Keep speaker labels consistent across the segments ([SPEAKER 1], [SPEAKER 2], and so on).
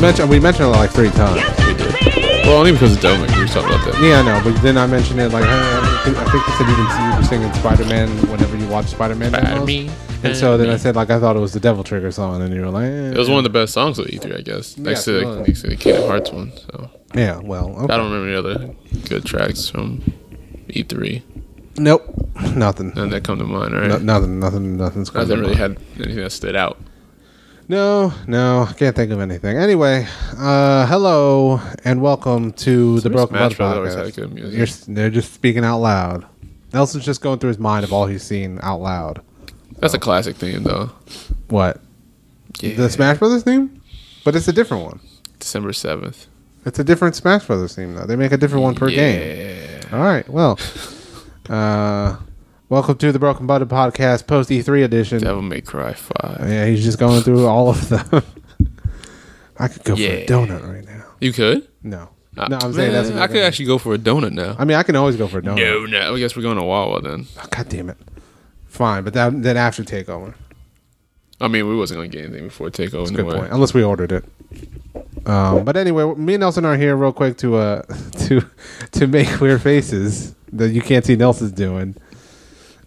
[SPEAKER 1] mentioned we mentioned it like three times.
[SPEAKER 2] Well, only because it's Elmic. We were talking about that.
[SPEAKER 1] Yeah, I know, but then I mentioned it like hey, I think- I think you said you can see you were singing Spider Man whenever you watch Spider Man.
[SPEAKER 2] Spider-Man,
[SPEAKER 1] And so then I said like I thought it was the Devil Trigger song, and you were like, eh.
[SPEAKER 2] It was one of the best songs of E3, I guess. Next
[SPEAKER 1] Yeah,
[SPEAKER 2] to
[SPEAKER 1] it
[SPEAKER 2] the,
[SPEAKER 1] was.
[SPEAKER 2] next to the Kingdom Hearts one. So
[SPEAKER 1] yeah, well, okay.
[SPEAKER 2] I don't remember any other good tracks from E3.
[SPEAKER 1] nope, nothing,
[SPEAKER 2] None that come to mind, right?
[SPEAKER 1] no, nothing, nothing, nothing's
[SPEAKER 2] Not
[SPEAKER 1] coming.
[SPEAKER 2] that
[SPEAKER 1] to
[SPEAKER 2] really
[SPEAKER 1] mind.
[SPEAKER 2] had anything that stood out.
[SPEAKER 1] No, no, I can't think of anything. Anyway, uh, hello and welcome to the Broken Blood
[SPEAKER 2] Smash Brothers always had
[SPEAKER 1] Podcast.
[SPEAKER 2] good music.
[SPEAKER 1] You're, s- they're just speaking out loud. Nelson's just going through his mind of all he's seen out loud.
[SPEAKER 2] That's a classic theme, though.
[SPEAKER 1] What
[SPEAKER 2] Yeah.
[SPEAKER 1] the Smash Brothers theme? But it's a different one.
[SPEAKER 2] December 7th.
[SPEAKER 1] It's a different Smash Brothers theme though. They make a different one per game.
[SPEAKER 2] Yeah.
[SPEAKER 1] All right. Well, uh, welcome to the Broken Button Podcast Post E3 edition.
[SPEAKER 2] Devil May Cry 5.
[SPEAKER 1] Yeah, he's just going through all of them. I could go for a
[SPEAKER 2] Yeah.
[SPEAKER 1] donut right now.
[SPEAKER 2] You could?
[SPEAKER 1] No,
[SPEAKER 2] Uh,
[SPEAKER 1] no, I'm saying that's.
[SPEAKER 2] man,
[SPEAKER 1] what
[SPEAKER 2] I
[SPEAKER 1] they're
[SPEAKER 2] could
[SPEAKER 1] gonna-
[SPEAKER 2] actually go for a donut now.
[SPEAKER 1] I mean, I can always go for a donut.
[SPEAKER 2] no, no. I guess we're going to Wawa then.
[SPEAKER 1] Oh, God damn it. Fine, but that, then after takeover.
[SPEAKER 2] I mean, we wasn't going to get anything before takeover.
[SPEAKER 1] Good
[SPEAKER 2] anyway.
[SPEAKER 1] point. Unless we ordered it. Um, but anyway, me and Nelson are here real quick to uh to to make weird faces that you can't see Nelson's doing.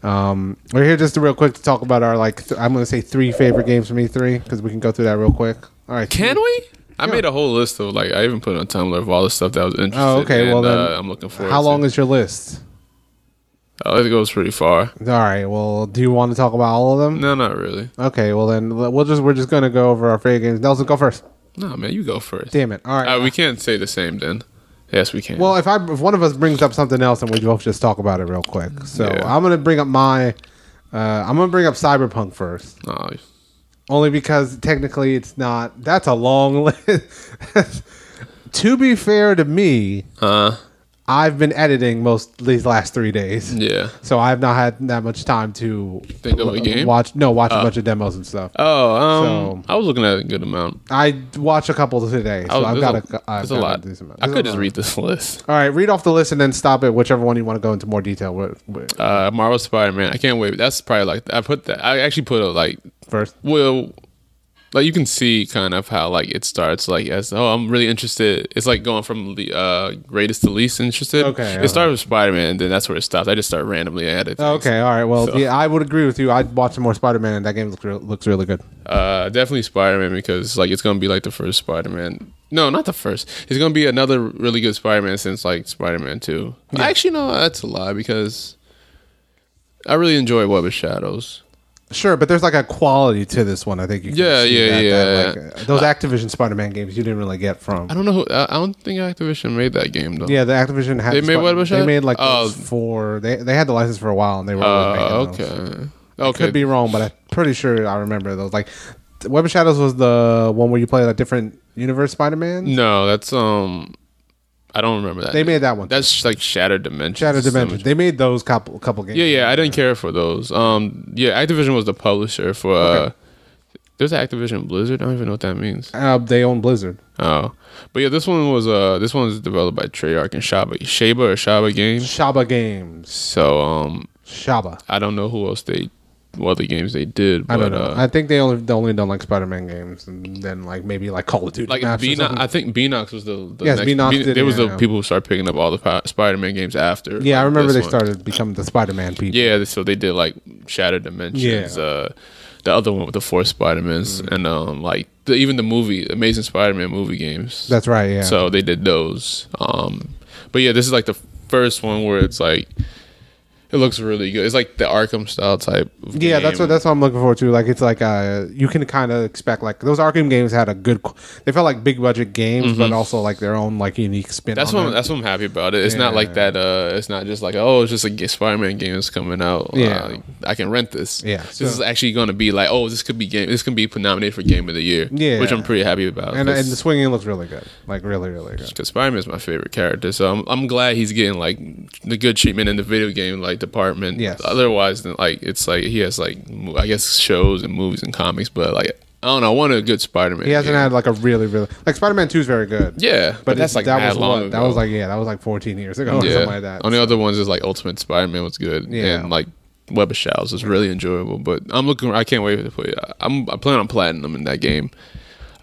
[SPEAKER 1] Um, we're here just real quick to talk about our like th- I'm gonna say three favorite games from E3 because we can go through that real quick. All right,
[SPEAKER 2] Can we? I
[SPEAKER 1] Yeah.
[SPEAKER 2] made a whole list of like I even put it on Tumblr of all the stuff that I was interested.
[SPEAKER 1] Oh, okay.
[SPEAKER 2] in,
[SPEAKER 1] well, then
[SPEAKER 2] uh, I'm looking forward.
[SPEAKER 1] How
[SPEAKER 2] to.
[SPEAKER 1] long is your list?
[SPEAKER 2] Oh, it goes pretty far.
[SPEAKER 1] All right. Well, do you want to talk about all of them?
[SPEAKER 2] No, not really.
[SPEAKER 1] Okay. Well, then we'll just we're just gonna go over our favorite games. Nelson, go first.
[SPEAKER 2] No, man, you go first.
[SPEAKER 1] Damn it. All right.
[SPEAKER 2] Uh, we can't say the same then. Yes, we can.
[SPEAKER 1] Well, if I if one of us brings up something else, and we both just talk about it real quick. So
[SPEAKER 2] Yeah.
[SPEAKER 1] I'm gonna bring up my, uh, I'm gonna bring up Cyberpunk first,
[SPEAKER 2] Oh,
[SPEAKER 1] only because technically it's not. That's a long list. to be fair to me,
[SPEAKER 2] uh,
[SPEAKER 1] I've been editing most these last three days,
[SPEAKER 2] yeah.
[SPEAKER 1] so I've not had that much time to
[SPEAKER 2] Think of a game? Uh.
[SPEAKER 1] Watch no, watch a bunch of demos and stuff.
[SPEAKER 2] Oh, um, I was looking at a good amount.
[SPEAKER 1] I watched a couple today, so
[SPEAKER 2] Oh,
[SPEAKER 1] I've
[SPEAKER 2] there's
[SPEAKER 1] got
[SPEAKER 2] a-
[SPEAKER 1] a, I've
[SPEAKER 2] there's
[SPEAKER 1] got
[SPEAKER 2] a lot.
[SPEAKER 1] decent amount.
[SPEAKER 2] I
[SPEAKER 1] There's a
[SPEAKER 2] could just
[SPEAKER 1] lot.
[SPEAKER 2] read this list.
[SPEAKER 1] All right, read off the list and then stop at whichever one you want to go into more detail with, with
[SPEAKER 2] Uh, Marvel Spider-Man. I can't wait. That's probably like I put that. I actually put a like
[SPEAKER 1] first.
[SPEAKER 2] well like you can see kind of how like it starts like as oh i'm really interested it's like going from the uh greatest to least interested
[SPEAKER 1] Okay, uh-huh.
[SPEAKER 2] it
[SPEAKER 1] alright.
[SPEAKER 2] started with spider-man and then that's where it stops i just start randomly at it
[SPEAKER 1] Okay, all right. Well,
[SPEAKER 2] So-
[SPEAKER 1] yeah, I would agree with you. I'd watch some more Spider Man, and that game looks, re- looks really good.
[SPEAKER 2] uh definitely spider-man because like it's gonna be like the first spider-man no not the first it's gonna be another really good spider-man since like spider-man 2 actually no that's a lie because i really enjoy web of shadows
[SPEAKER 1] Sure, but there's like a quality to this one. I think you. Can
[SPEAKER 2] Yeah,
[SPEAKER 1] see
[SPEAKER 2] yeah,
[SPEAKER 1] that- that,
[SPEAKER 2] yeah.
[SPEAKER 1] like, uh, those Activision Spider Man games you didn't really get from.
[SPEAKER 2] i don't know who i I don't think activision made that game though
[SPEAKER 1] Yeah, the Activision had
[SPEAKER 2] They
[SPEAKER 1] the
[SPEAKER 2] made
[SPEAKER 1] Spider-
[SPEAKER 2] What About
[SPEAKER 1] They
[SPEAKER 2] Shadow?
[SPEAKER 1] made like
[SPEAKER 2] Oh.
[SPEAKER 1] those four. They they had the license for a while, and they were always
[SPEAKER 2] uh,
[SPEAKER 1] making
[SPEAKER 2] okay
[SPEAKER 1] those.
[SPEAKER 2] okay
[SPEAKER 1] Could be wrong, but I'm pretty sure I remember those. Like, th- Web of Shadows was the one where you played a different universe Spider Man.
[SPEAKER 2] No, that's um, I don't remember that.
[SPEAKER 1] They made that one.
[SPEAKER 2] That's sh- like Shattered Dimensions.
[SPEAKER 1] Shattered Dimension. They made those couple couple games.
[SPEAKER 2] Yeah, yeah. I didn't care for those. Um, yeah. Activision was the publisher for. Uh, There's Activision Blizzard. I don't even know what that means.
[SPEAKER 1] Uh, they own Blizzard.
[SPEAKER 2] Oh, but yeah, this one was uh, this one was developed by Treyarch and Shaba, Shaba or Shaba Games.
[SPEAKER 1] Shaba Games.
[SPEAKER 2] So um,
[SPEAKER 1] Shaba.
[SPEAKER 2] I don't know who else they, what other games they did. But,
[SPEAKER 1] I don't know.
[SPEAKER 2] Uh,
[SPEAKER 1] I think they only they only done like Spider Man games, and then like maybe like Call of Duty.
[SPEAKER 2] like
[SPEAKER 1] maps or
[SPEAKER 2] Beanox,
[SPEAKER 1] something.
[SPEAKER 2] I think Beanox was the, the
[SPEAKER 1] Yes,
[SPEAKER 2] next.
[SPEAKER 1] Beanox
[SPEAKER 2] Be-
[SPEAKER 1] did,
[SPEAKER 2] they was
[SPEAKER 1] yeah.
[SPEAKER 2] the people who started picking up all the pa- Spider-Man games after.
[SPEAKER 1] yeah, I
[SPEAKER 2] like,
[SPEAKER 1] remember
[SPEAKER 2] this
[SPEAKER 1] they
[SPEAKER 2] one.
[SPEAKER 1] started becoming the Spider Man people.
[SPEAKER 2] Yeah, so they did like Shattered Dimensions,
[SPEAKER 1] Yeah. Mm.
[SPEAKER 2] uh, the other one with the four Spider Mans, and um, like the, even the movie Amazing Spider Man movie games.
[SPEAKER 1] that's right. Yeah.
[SPEAKER 2] So they did those. Um, but yeah, this is like the first one where it's like it looks really good. It's like the Arkham style type. Of
[SPEAKER 1] yeah, that's what
[SPEAKER 2] game.
[SPEAKER 1] that's what I'm looking forward to. Like it's like uh you can kind of expect like those Arkham games had a good qu- they felt like big budget games, but also like their own like unique spin.
[SPEAKER 2] Mm-hmm. That's
[SPEAKER 1] on
[SPEAKER 2] what
[SPEAKER 1] it.
[SPEAKER 2] that's what I'm happy about. It. It's not like that. Uh, it's not just like oh, it's just a Spider Man game that's coming out.
[SPEAKER 1] Yeah.
[SPEAKER 2] Uh, I can rent this.
[SPEAKER 1] Yeah,
[SPEAKER 2] this
[SPEAKER 1] so-
[SPEAKER 2] is actually going to be like oh, this could be game. This can be nominated for Game of the Year.
[SPEAKER 1] Yeah.
[SPEAKER 2] which I'm pretty happy about.
[SPEAKER 1] and, and
[SPEAKER 2] This-
[SPEAKER 1] the swinging looks really good. Like really really good.
[SPEAKER 2] because Spider Man's my favorite character. So I'm, I'm glad he's getting like the good treatment in the video game like department.
[SPEAKER 1] Yes.
[SPEAKER 2] Otherwise, then like it's like he has like mo- I guess shows and movies and comics, but like I don't know, I want a good Spider Man.
[SPEAKER 1] He hasn't had like a really really like Spider Man Two is very good.
[SPEAKER 2] Yeah, but, that's
[SPEAKER 1] it's-
[SPEAKER 2] like that
[SPEAKER 1] was
[SPEAKER 2] long
[SPEAKER 1] what-
[SPEAKER 2] ago.
[SPEAKER 1] that was like yeah that was like 14 years ago or something like that.
[SPEAKER 2] Only other ones is like Ultimate Spider Man was good.
[SPEAKER 1] Yeah.
[SPEAKER 2] And like Web of Shadows was really enjoyable. But I'm looking I can't wait to play I- I'm I plan on platinum in that game.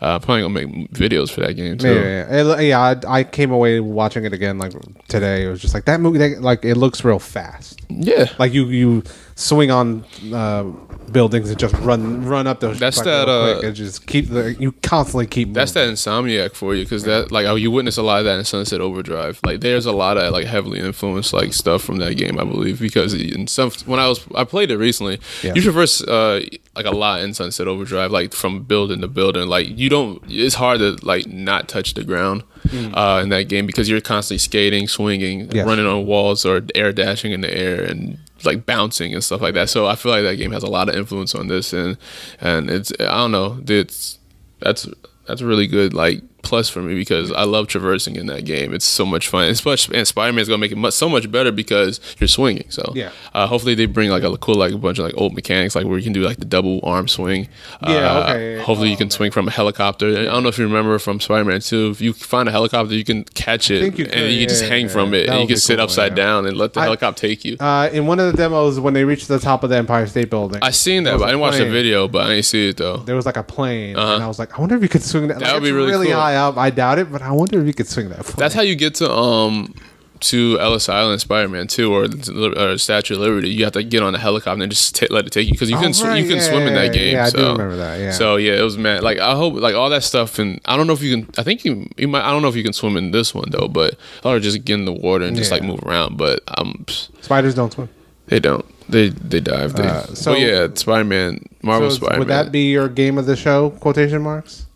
[SPEAKER 2] Uh, probably gonna make videos for that game too.
[SPEAKER 1] Yeah, yeah, It- yeah, I, I came away watching it again like today. It was just like that movie. That, like it looks real fast.
[SPEAKER 2] Yeah.
[SPEAKER 1] Like you you swing on uh, buildings and just run run up those.
[SPEAKER 2] That's
[SPEAKER 1] like,
[SPEAKER 2] that,
[SPEAKER 1] real
[SPEAKER 2] uh,
[SPEAKER 1] and just keep the you constantly keep.
[SPEAKER 2] Mm-hmm. That's
[SPEAKER 1] moving.
[SPEAKER 2] that insomniac for you because that like oh, you witness a lot of that in Sunset Overdrive. Like there's a lot of like heavily influenced like stuff from that game, I believe, because in some when I was I played it recently,
[SPEAKER 1] Yeah.
[SPEAKER 2] you traverse uh like a lot in Sunset Overdrive, like from building to building. Like you don't, it's hard to like not touch the ground uh in that game because you're constantly skating, swinging,
[SPEAKER 1] Yes.
[SPEAKER 2] running on walls or air dashing in the air and like bouncing and stuff like that. So I feel like that game has a lot of influence on this and and it's I don't know, it's that's that's a really good like plus for me because I love traversing in that game. It's so much fun. It's much and Spider Man's gonna make it much, so much better because you're swinging. So
[SPEAKER 1] Yeah.
[SPEAKER 2] uh, hopefully they bring like a cool like a bunch of like old mechanics like where you can do like the double arm swing.
[SPEAKER 1] Yeah,
[SPEAKER 2] Uh,
[SPEAKER 1] okay.
[SPEAKER 2] Hopefully you can swing from a helicopter. I don't know if you remember from Spider Man Two. If you find a helicopter, you can catch it
[SPEAKER 1] think you
[SPEAKER 2] and
[SPEAKER 1] could,
[SPEAKER 2] you can just
[SPEAKER 1] yeah,
[SPEAKER 2] hang
[SPEAKER 1] yeah,
[SPEAKER 2] from
[SPEAKER 1] yeah.
[SPEAKER 2] it
[SPEAKER 1] That
[SPEAKER 2] and you
[SPEAKER 1] would
[SPEAKER 2] can
[SPEAKER 1] be
[SPEAKER 2] sit
[SPEAKER 1] cool,
[SPEAKER 2] upside
[SPEAKER 1] yeah.
[SPEAKER 2] down and let the
[SPEAKER 1] I-
[SPEAKER 2] helicopter take you.
[SPEAKER 1] Uh, in one of the demos, when they reached the top of the Empire State Building,
[SPEAKER 2] I seen that,
[SPEAKER 1] was
[SPEAKER 2] but I
[SPEAKER 1] a
[SPEAKER 2] didn't watch the
[SPEAKER 1] plane.
[SPEAKER 2] video, but I didn't see it though.
[SPEAKER 1] There was like a plane, and I was like, I wonder if you could swing that. That
[SPEAKER 2] Uh-huh. would be really
[SPEAKER 1] really
[SPEAKER 2] cool.
[SPEAKER 1] high up. I doubt it, but I wonder if you could swing that. Plane.
[SPEAKER 2] That's how you get to um to Ellis Island, Spider Man Two, or, the Li- or Statue of Liberty. You have to get on a helicopter and just ta let it take you because you
[SPEAKER 1] Oh,
[SPEAKER 2] can sw-
[SPEAKER 1] right,
[SPEAKER 2] you can
[SPEAKER 1] yeah,
[SPEAKER 2] swim in
[SPEAKER 1] yeah,
[SPEAKER 2] that game.
[SPEAKER 1] yeah, I do
[SPEAKER 2] so.
[SPEAKER 1] remember that, yeah.
[SPEAKER 2] So yeah, it was mad. Like I hope like all that stuff, and I don't know if you can. I think you you might. I don't know if you can swim in this one though, but or just get in the water and just
[SPEAKER 1] Yeah.
[SPEAKER 2] like move around. But um, pfft,
[SPEAKER 1] Spiders don't swim.
[SPEAKER 2] they don't. They they dive. They,
[SPEAKER 1] Uh, so-
[SPEAKER 2] so yeah, Spider Man, Marvel
[SPEAKER 1] So
[SPEAKER 2] Spider Man.
[SPEAKER 1] would that be your game of the show? Quotation marks.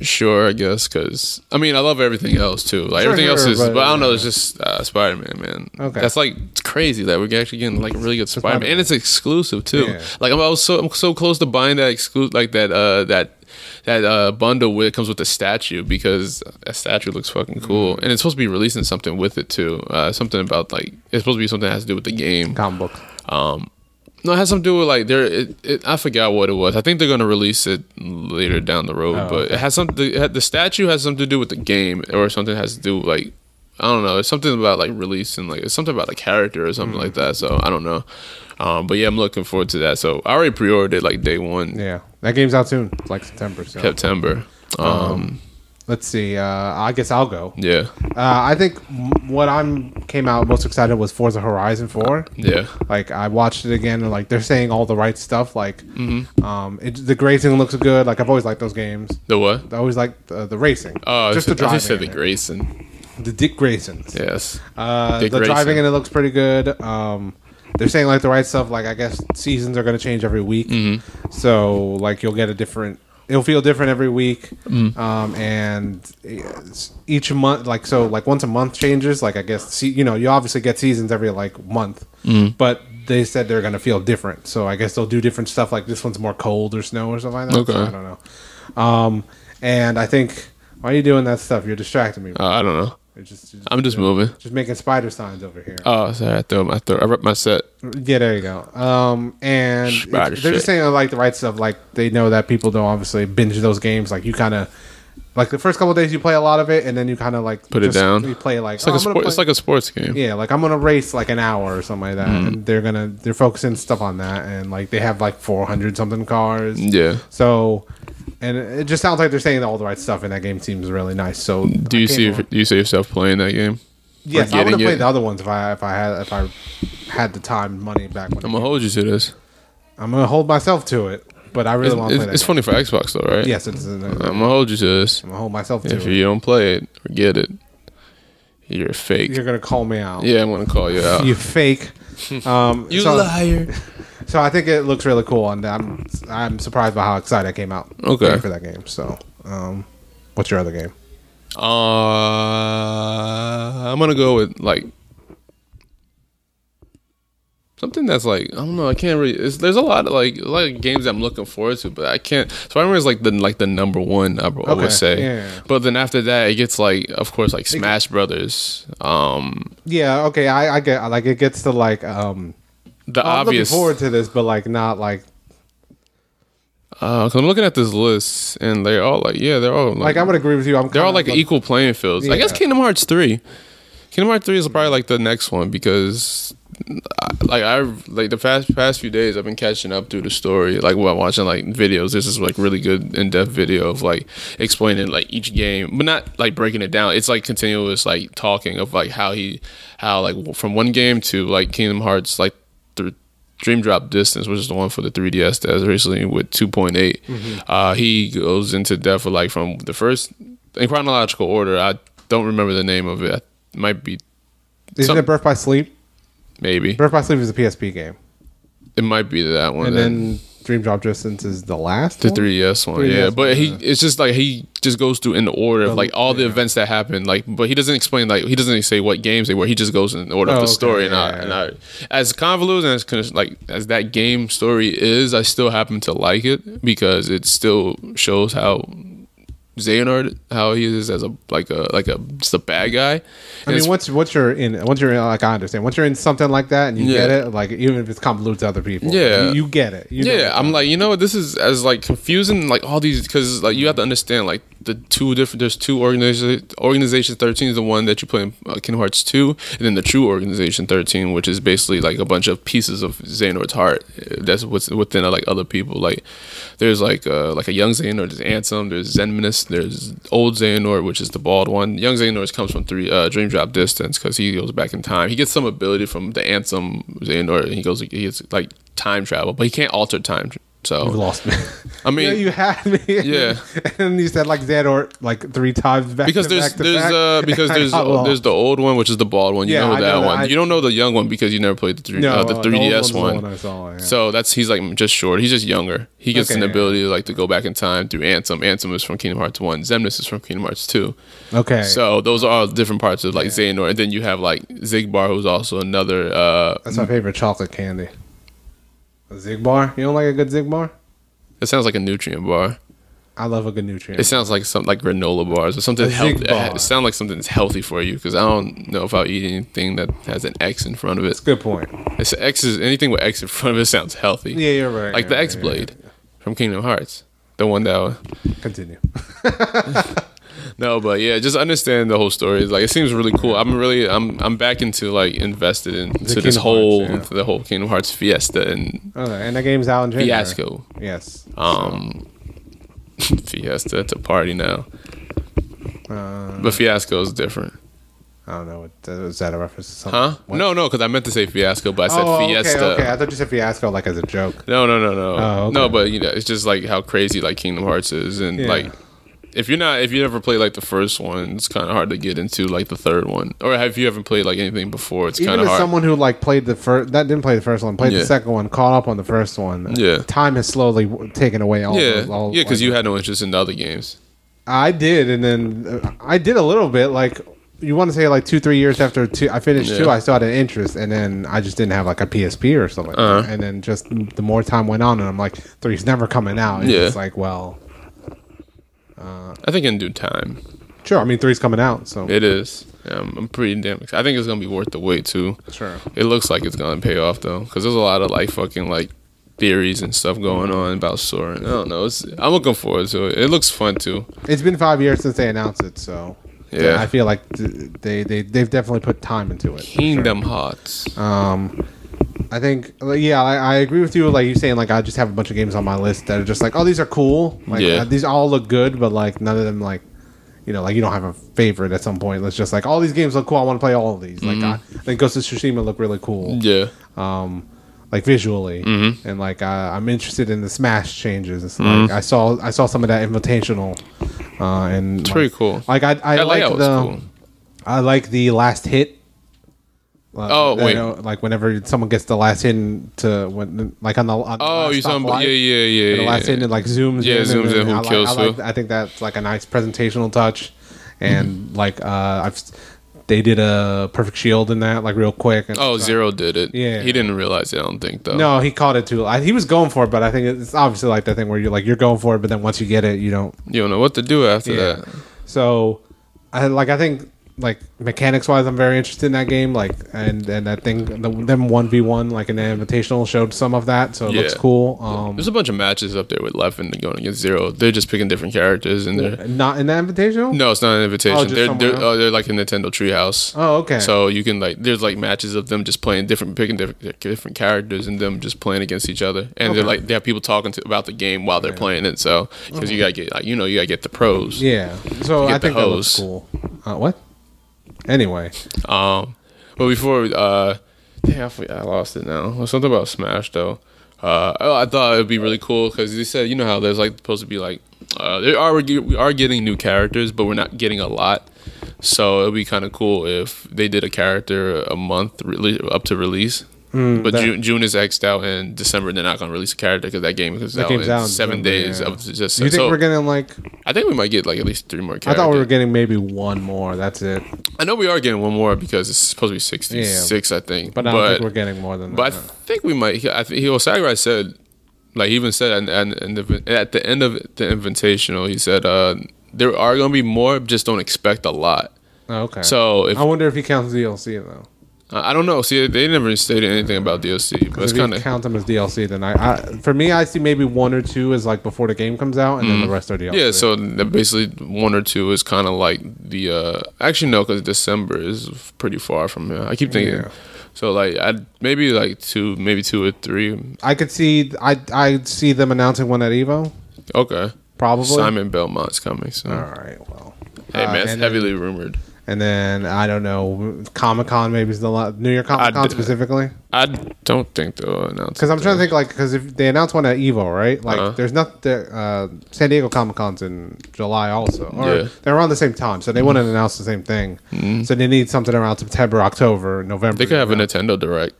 [SPEAKER 2] Sure, I guess because I mean I love everything else too. Like
[SPEAKER 1] Sure,
[SPEAKER 2] everything else
[SPEAKER 1] sure,
[SPEAKER 2] is,
[SPEAKER 1] but-
[SPEAKER 2] but, I don't know. It's just uh, Spider Man, man.
[SPEAKER 1] Okay.
[SPEAKER 2] that's like it's crazy that we're actually getting like really good Spider Man,
[SPEAKER 1] Spider-Man.
[SPEAKER 2] and it's exclusive too.
[SPEAKER 1] Yeah.
[SPEAKER 2] Like I'm, I was so I'm so close to buying that exclusive like that uh that that uh bundle with comes with the statue because that statue looks fucking cool,
[SPEAKER 1] Mm.
[SPEAKER 2] and it's supposed to be releasing something with it too. Uh, something about like it's supposed to be something that has to do with the game.
[SPEAKER 1] Comic books.
[SPEAKER 2] No, it has something to do with like there. It, it, I forgot what it was. I think they're gonna release it later down the road,
[SPEAKER 1] Oh,
[SPEAKER 2] but it has something. it had- The statue has something to do with the game, or something has to do with, like I don't know. It's something about like releasing like it's something about the character or something
[SPEAKER 1] Hmm.
[SPEAKER 2] like that. So I don't know. Um, but yeah, I'm looking forward to that. So I already pre-ordered it like day one,
[SPEAKER 1] Yeah, that game's out soon. It's like September. So
[SPEAKER 2] September. Um,
[SPEAKER 1] let's see. Uh, I guess I'll go.
[SPEAKER 2] yeah,
[SPEAKER 1] Uh, I think m- what I'm came out most excited was Forza Horizon Four.
[SPEAKER 2] yeah,
[SPEAKER 1] Like I watched it again, and like they're saying all the right stuff. Like,
[SPEAKER 2] Mm-hmm.
[SPEAKER 1] um, it, the racing looks good. Like I've always liked those games.
[SPEAKER 2] the what?
[SPEAKER 1] I always like the, the racing.
[SPEAKER 2] Oh,
[SPEAKER 1] just
[SPEAKER 2] just
[SPEAKER 1] the
[SPEAKER 2] I
[SPEAKER 1] driving.
[SPEAKER 2] just said the
[SPEAKER 1] in it.
[SPEAKER 2] Grayson.
[SPEAKER 1] The Dick Graysons.
[SPEAKER 2] Yes,
[SPEAKER 1] Uh,
[SPEAKER 2] Dick
[SPEAKER 1] the
[SPEAKER 2] Grayson.
[SPEAKER 1] driving in it looks pretty good. Um, they're saying like the right stuff. Like I guess seasons are going to change every week,
[SPEAKER 2] Mm-hmm.
[SPEAKER 1] so like you'll get a different. It'll feel different every week,
[SPEAKER 2] Mm-hmm.
[SPEAKER 1] um, and it's- each month, like so, like once a month changes. Like I guess see, you know you obviously get seasons every like month,
[SPEAKER 2] Mm-hmm.
[SPEAKER 1] but they said they're going to feel different. So I guess they'll do different stuff. Like this one's more cold or snow or something like that. So
[SPEAKER 2] Okay.
[SPEAKER 1] I don't know. Um, and I think why are you doing that stuff? You're distracting me.
[SPEAKER 2] uh, I don't know.
[SPEAKER 1] It's just-
[SPEAKER 2] I'm just moving.
[SPEAKER 1] just making spider signs over here.
[SPEAKER 2] Oh, sorry. I threw my throw. I ripped my set.
[SPEAKER 1] Yeah, there you go. Um, and it's-
[SPEAKER 2] Spider
[SPEAKER 1] they're just
[SPEAKER 2] shit.
[SPEAKER 1] saying like the right stuff. Like they know that people don't obviously binge those games. Like you kind of like the first couple days you play a lot of it, and then you kind of like
[SPEAKER 2] Put it down.
[SPEAKER 1] You play like,
[SPEAKER 2] It's like
[SPEAKER 1] oh,
[SPEAKER 2] a
[SPEAKER 1] I'm gonna
[SPEAKER 2] sport. It's
[SPEAKER 1] play-
[SPEAKER 2] like a Mm. sports game.
[SPEAKER 1] yeah, like I'm gonna race like an hour or something like that. And they're gonna they're focusing stuff on that, and like they have like 400 something cars.
[SPEAKER 2] Yeah.
[SPEAKER 1] So, and it just sounds like they're saying all the right stuff, and that game seems really nice. So,
[SPEAKER 2] Do
[SPEAKER 1] I
[SPEAKER 2] you
[SPEAKER 1] can't
[SPEAKER 2] see?
[SPEAKER 1] really-
[SPEAKER 2] Do you see yourself playing that game?
[SPEAKER 1] Yes, I would have
[SPEAKER 2] getting
[SPEAKER 1] played
[SPEAKER 2] it.
[SPEAKER 1] the other ones if I if I had if I had the time and money back when
[SPEAKER 2] I'm
[SPEAKER 1] I'm,
[SPEAKER 2] gonna hold you to this.
[SPEAKER 1] gonna hold myself to it. But I really
[SPEAKER 2] It's,
[SPEAKER 1] want to play
[SPEAKER 2] it's,
[SPEAKER 1] that.
[SPEAKER 2] it's
[SPEAKER 1] game.
[SPEAKER 2] funny for Xbox though, right?
[SPEAKER 1] Yes, it's, I'm
[SPEAKER 2] I'm
[SPEAKER 1] gonna
[SPEAKER 2] gonna hold you to this.
[SPEAKER 1] hold myself to
[SPEAKER 2] If
[SPEAKER 1] it.
[SPEAKER 2] you don't play it, forget it. You're fake.
[SPEAKER 1] You're gonna call me out.
[SPEAKER 2] yeah, I'm gonna call you out.
[SPEAKER 1] You fake. Um, so,
[SPEAKER 2] liar.
[SPEAKER 1] so I think it looks really cool, and I'm I'm surprised by how excited I came out.
[SPEAKER 2] Okay.
[SPEAKER 1] For that game. So, um, what's your other game?
[SPEAKER 2] Uh, I'm gonna go with like something that's like I don't know. I can't really. It's, there's a lot of like a lot of games I'm looking forward to, but I can't. Spider Man is like the like the number one. I, would- I
[SPEAKER 1] Okay,
[SPEAKER 2] would say.
[SPEAKER 1] yeah.
[SPEAKER 2] But then after that, it gets like of course like Smash Brothers. Um,
[SPEAKER 1] Yeah. Okay. I, I get like it gets to like um.
[SPEAKER 2] the
[SPEAKER 1] I'm looking
[SPEAKER 2] obvious.
[SPEAKER 1] forward to this, but like not like
[SPEAKER 2] Uh, 'cause I'm looking at this list and they're all like yeah, they're all
[SPEAKER 1] like I would agree with you. I'm
[SPEAKER 2] They're all
[SPEAKER 1] kinda
[SPEAKER 2] like e- equal playing fields. I guess
[SPEAKER 1] Yeah.
[SPEAKER 2] Kingdom Hearts three. Kingdom Hearts three is probably like the next one because I- like I've like the past past few days I've been catching up through the story like while watching like videos this is like really good in depth video of like explaining like each game but not like breaking it down it's like continuous like talking of like how he how like from one game to like Kingdom Hearts like through Dream Drop Distance, which is the one for the 3DS that was recently with 2.8.
[SPEAKER 1] Mm-hmm.
[SPEAKER 2] Uh, he goes into depth with like from the first in chronological order. I don't remember the name of it. It Might be
[SPEAKER 1] Isn't
[SPEAKER 2] Some-
[SPEAKER 1] it Birth by Sleep?
[SPEAKER 2] maybe
[SPEAKER 1] Birth by Sleep is a PSP game,
[SPEAKER 2] it might be that one.
[SPEAKER 1] and then Dream Drop Distance is the last.
[SPEAKER 2] The
[SPEAKER 1] one?
[SPEAKER 2] 3DS one,
[SPEAKER 1] 3DS
[SPEAKER 2] yeah.
[SPEAKER 1] one,
[SPEAKER 2] But he,
[SPEAKER 1] yeah.
[SPEAKER 2] it's just like he just goes through in the order of like all the events that happened. Like, but he doesn't explain like he doesn't say what games they were. He just goes in the order
[SPEAKER 1] Oh,
[SPEAKER 2] of the
[SPEAKER 1] okay,
[SPEAKER 2] story. and,
[SPEAKER 1] yeah,
[SPEAKER 2] I,
[SPEAKER 1] yeah,
[SPEAKER 2] and I, as convoluted and as kind of, like as that game story is, I still happen to like it because it still shows how Xehanort how he is as a like a like a just a bad guy. And
[SPEAKER 1] I mean,
[SPEAKER 2] it's-
[SPEAKER 1] once once you're in, once you're in, like I understand, once you're in something like that and you
[SPEAKER 2] Yeah.
[SPEAKER 1] get it, like even if it's convoluted to other people,
[SPEAKER 2] Yeah.
[SPEAKER 1] you, you get it. You know
[SPEAKER 2] yeah,
[SPEAKER 1] it.
[SPEAKER 2] I'm like, you know what? This is as like confusing, like all these, because like you have to understand, like the two different. There's two organizations. Organization 13 is the one that you play in uh, Kingdom Hearts 2, and then the True Organization 13, which is basically like a bunch of pieces of Xehanort's heart. uh, That's what's within uh, like other people. Like there's like uh, like a young Xehanort, there's Ansem, there's Zenminus, there's old Xehanort, which is the bald one. Young Xehanort comes from three uh, Dream Drop Distance because he goes back in time. He gets some ability from the Ansem Xehanort, and he goes he gets like time travel, but he can't alter time. tr-
[SPEAKER 1] You've
[SPEAKER 2] So
[SPEAKER 1] lost me.
[SPEAKER 2] I mean-
[SPEAKER 1] you, know, you had me.
[SPEAKER 2] Yeah.
[SPEAKER 1] and you said like Xanort like three times back.
[SPEAKER 2] because
[SPEAKER 1] to
[SPEAKER 2] there's
[SPEAKER 1] back to
[SPEAKER 2] there's
[SPEAKER 1] back,
[SPEAKER 2] uh because
[SPEAKER 1] and I
[SPEAKER 2] there's
[SPEAKER 1] got lost.
[SPEAKER 2] there's the old one which is the bald one. You
[SPEAKER 1] Yeah,
[SPEAKER 2] know
[SPEAKER 1] I
[SPEAKER 2] that
[SPEAKER 1] know that.
[SPEAKER 2] one.
[SPEAKER 1] I-
[SPEAKER 2] you don't know the young one because you never played the three uh, the
[SPEAKER 1] old one was
[SPEAKER 2] 3ds one.
[SPEAKER 1] the I saw, yeah.
[SPEAKER 2] So that's he's like just short. He's just younger. He gets
[SPEAKER 1] Okay,
[SPEAKER 2] an
[SPEAKER 1] yeah.
[SPEAKER 2] ability to like to go back in time through Ansem. Ansem is from Kingdom Hearts One. Zemnis is from Kingdom Hearts Two.
[SPEAKER 1] okay,
[SPEAKER 2] So those are all different parts of like Xehanort. And then you have like Zigbar, who's also another. uh
[SPEAKER 1] that's my favorite chocolate candy. A Zigbar. You don't like a good Zigbar?
[SPEAKER 2] It sounds like a nutrient bar.
[SPEAKER 1] I love a good nutrient.
[SPEAKER 2] It sounds like something like granola bars or something.
[SPEAKER 1] A
[SPEAKER 2] Health-
[SPEAKER 1] Zigbar.
[SPEAKER 2] it sounds like something that's healthy for you because I don't know if I'll eat anything that has an X in front of it.
[SPEAKER 1] good point.
[SPEAKER 2] It's X is anything with X in front of it sounds healthy.
[SPEAKER 1] Yeah, you're right.
[SPEAKER 2] Like
[SPEAKER 1] yeah,
[SPEAKER 2] the
[SPEAKER 1] yeah,
[SPEAKER 2] X Blade from Kingdom Hearts, the one that.
[SPEAKER 1] yeah. Continue.
[SPEAKER 2] No, but yeah, just understand the whole story. Like it seems really cool. I'm really I'm I'm back into like invested into this
[SPEAKER 1] Kingdom
[SPEAKER 2] whole
[SPEAKER 1] Hearts,
[SPEAKER 2] the whole Kingdom Hearts fiesta and
[SPEAKER 1] Oh, and that game's out in January.
[SPEAKER 2] fiasco.
[SPEAKER 1] Yes.
[SPEAKER 2] Um Fiesta, it's a party now.
[SPEAKER 1] Uh,
[SPEAKER 2] But fiasco is different.
[SPEAKER 1] I don't know. What, uh, is that a reference to something?
[SPEAKER 2] Huh?
[SPEAKER 1] What?
[SPEAKER 2] No, no, because I meant to say fiasco, but I said
[SPEAKER 1] oh,
[SPEAKER 2] fiesta.
[SPEAKER 1] okay, okay. I thought you said fiasco like as a joke.
[SPEAKER 2] No, no, no, no.
[SPEAKER 1] Oh, okay.
[SPEAKER 2] No, but you know, it's just like how crazy like Kingdom Hearts is and
[SPEAKER 1] Yeah.
[SPEAKER 2] like if you're not if you never played like the first one, it's kinda hard to get into like the third one. Or have you haven't played like anything before, it's
[SPEAKER 1] Even
[SPEAKER 2] kinda
[SPEAKER 1] as
[SPEAKER 2] hard.
[SPEAKER 1] someone who like played the first, that didn't play the first one, played
[SPEAKER 2] Yeah.
[SPEAKER 1] the second one, caught up on the first one. uh,
[SPEAKER 2] Yeah.
[SPEAKER 1] time has slowly w- taken away all.
[SPEAKER 2] yeah,
[SPEAKER 1] those- all
[SPEAKER 2] yeah, because
[SPEAKER 1] like-
[SPEAKER 2] you had no interest in the other games.
[SPEAKER 1] I did, and then uh, I did a little bit. Like you want to say, like two, three years after two, I finished two,
[SPEAKER 2] Yeah.
[SPEAKER 1] I still had an interest, and then I just didn't have like a PSP or something. like that.
[SPEAKER 2] Uh-huh.
[SPEAKER 1] And then just the more time went on, and I'm like, three's never coming out. It's
[SPEAKER 2] Yeah.
[SPEAKER 1] just like, well,
[SPEAKER 2] I think in due time,
[SPEAKER 1] sure. I mean, three's coming out, so
[SPEAKER 2] it is. Um, I'm pretty damn. Excited. I think it's gonna be worth the wait too.
[SPEAKER 1] sure.
[SPEAKER 2] It looks like it's gonna pay off though, because there's a lot of like fucking like theories and stuff going on about Soren. I don't know. It's, I'm looking forward to it. It looks fun too.
[SPEAKER 1] It's been five years since they announced it, so
[SPEAKER 2] Yeah.
[SPEAKER 1] I feel like th- they they they've definitely put time into it. for sure.
[SPEAKER 2] Kingdom Hearts.
[SPEAKER 1] Um, I think, like, yeah, I, I agree with you. Like you saying, like I just have a bunch of games on my list that are just like, oh, these are cool. Like
[SPEAKER 2] Yeah.
[SPEAKER 1] uh, these all look good, but like none of them, like you know, like you don't have a favorite at some point. Let's just like all these games look cool. I want to play all of these. Like
[SPEAKER 2] Mm-hmm.
[SPEAKER 1] I, I think Ghost of Tsushima look really cool,
[SPEAKER 2] yeah.
[SPEAKER 1] like visually,
[SPEAKER 2] Mm-hmm.
[SPEAKER 1] and like I, I'm interested in the Smash changes. It's like I saw I saw some of that invitational, uh, and it's
[SPEAKER 2] pretty cool.
[SPEAKER 1] Like I I
[SPEAKER 2] That
[SPEAKER 1] like
[SPEAKER 2] layout was
[SPEAKER 1] the uh,
[SPEAKER 2] cool.
[SPEAKER 1] I like the last hit. Like,
[SPEAKER 2] Oh,
[SPEAKER 1] you
[SPEAKER 2] wait.
[SPEAKER 1] know, like whenever someone gets the last hit in to when, like on the on the
[SPEAKER 2] Oh,
[SPEAKER 1] last
[SPEAKER 2] you talking
[SPEAKER 1] stoplight,
[SPEAKER 2] about? Yeah, yeah, yeah.
[SPEAKER 1] and the
[SPEAKER 2] yeah,
[SPEAKER 1] last hit
[SPEAKER 2] yeah.
[SPEAKER 1] and like zooms
[SPEAKER 2] Yeah,
[SPEAKER 1] in
[SPEAKER 2] zooms
[SPEAKER 1] and then
[SPEAKER 2] in, who
[SPEAKER 1] I, like,
[SPEAKER 2] kills
[SPEAKER 1] I, like,
[SPEAKER 2] who.
[SPEAKER 1] I think that's like a nice presentational touch,
[SPEAKER 2] Mm-hmm.
[SPEAKER 1] and like uh, I've they did a perfect shield in that like real quick. And
[SPEAKER 2] Oh,
[SPEAKER 1] so-
[SPEAKER 2] Zero did it.
[SPEAKER 1] Yeah.
[SPEAKER 2] He didn't realize it. I don't think though.
[SPEAKER 1] No, he caught it too. I, he was going for it, but I think it's obviously like that thing where you're like you're going for it, but then once you get it, you don't
[SPEAKER 2] You don't know what to do after
[SPEAKER 1] Yeah.
[SPEAKER 2] that.
[SPEAKER 1] So, I like I think like mechanics wise, I'm very interested in that game. Like, and and I think the, them one v one like an invitational showed some of that, so it looks
[SPEAKER 2] Yeah.
[SPEAKER 1] cool. Um,
[SPEAKER 2] There's a bunch of matches up there with Left and going against Zero. They're just picking different characters and they're
[SPEAKER 1] not in the invitational.
[SPEAKER 2] no, it's not an invitation.
[SPEAKER 1] Oh, just
[SPEAKER 2] they're
[SPEAKER 1] somewhere
[SPEAKER 2] they're, oh, they're like a Nintendo Treehouse.
[SPEAKER 1] Oh, okay.
[SPEAKER 2] So you can like there's like matches of them just playing different picking different, different characters and them just playing against each other and they're
[SPEAKER 1] Okay.
[SPEAKER 2] like they have people talking to about the game while they're playing it so because you gotta get like you know you gotta get the pros
[SPEAKER 1] yeah. So
[SPEAKER 2] get
[SPEAKER 1] I
[SPEAKER 2] the
[SPEAKER 1] think that looks
[SPEAKER 2] hose.
[SPEAKER 1] cool. Uh, what? Anyway,
[SPEAKER 2] Um, but before, uh, damn, I, forgot- I lost it now. It was something about Smash though. Uh, oh, I thought it would be really cool because they said you know how there's like supposed to be like uh, there are we are getting new characters, but we're not getting a lot. So it'd be kind of cool if they did a character a month rele up to release. but
[SPEAKER 1] Mm, that-
[SPEAKER 2] June, June is xed out, and December they're not going to release a character because that game is
[SPEAKER 1] That
[SPEAKER 2] out
[SPEAKER 1] game's
[SPEAKER 2] in
[SPEAKER 1] out in
[SPEAKER 2] seven
[SPEAKER 1] December,
[SPEAKER 2] days.
[SPEAKER 1] yeah.
[SPEAKER 2] Of just,
[SPEAKER 1] you think
[SPEAKER 2] so
[SPEAKER 1] we're getting like?
[SPEAKER 2] I think we might get like at least three more
[SPEAKER 1] I
[SPEAKER 2] characters.
[SPEAKER 1] thought we were getting maybe one more. That's it.
[SPEAKER 2] I know we are getting one more because it's supposed to be 66, I think.
[SPEAKER 1] But I don't think we're getting more than
[SPEAKER 2] But I
[SPEAKER 1] that.
[SPEAKER 2] think we might. I think he well, Sakurai said, like he even said, and and at the end of the invitational, he said, uh, there are gonna be more. Just don't expect a lot.
[SPEAKER 1] Oh, okay.
[SPEAKER 2] So if
[SPEAKER 1] I wonder if he counts DLC though.
[SPEAKER 2] I I don't know, see, they never stated anything about DLC. But it's
[SPEAKER 1] If you
[SPEAKER 2] kind of
[SPEAKER 1] count them as DLC, then I, I for me I see maybe one or two is like before the game comes out, and then the rest are DLC.
[SPEAKER 2] Mm-hmm. yeah. So the- basically, one or two is kind of like the. uh Actually, no, because December is pretty far from here. I keep thinking.
[SPEAKER 1] Yeah.
[SPEAKER 2] So like, I maybe like two, maybe two or three.
[SPEAKER 1] I could see I I see them announcing one at Evo
[SPEAKER 2] Okay.
[SPEAKER 1] probably.
[SPEAKER 2] Simon Belmont's coming. So.
[SPEAKER 1] All right, well,
[SPEAKER 2] Hey
[SPEAKER 1] Uh,
[SPEAKER 2] man, it's
[SPEAKER 1] and
[SPEAKER 2] heavily rumored.
[SPEAKER 1] Then, and then I don't know Comic Con maybe is the la- New York Comic Con
[SPEAKER 2] I'd-
[SPEAKER 1] specifically
[SPEAKER 2] I don't think they'll announce.
[SPEAKER 1] because I'm trying to think like because if they announce one at Evo right like
[SPEAKER 2] Uh-huh.
[SPEAKER 1] there's not there, uh, San Diego Comic Con's in July also or
[SPEAKER 2] Yeah. Mm-hmm.
[SPEAKER 1] they're around the same time so they wouldn't announce the same thing so they need something around September October November
[SPEAKER 2] They could have a
[SPEAKER 1] an
[SPEAKER 2] Nintendo Direct.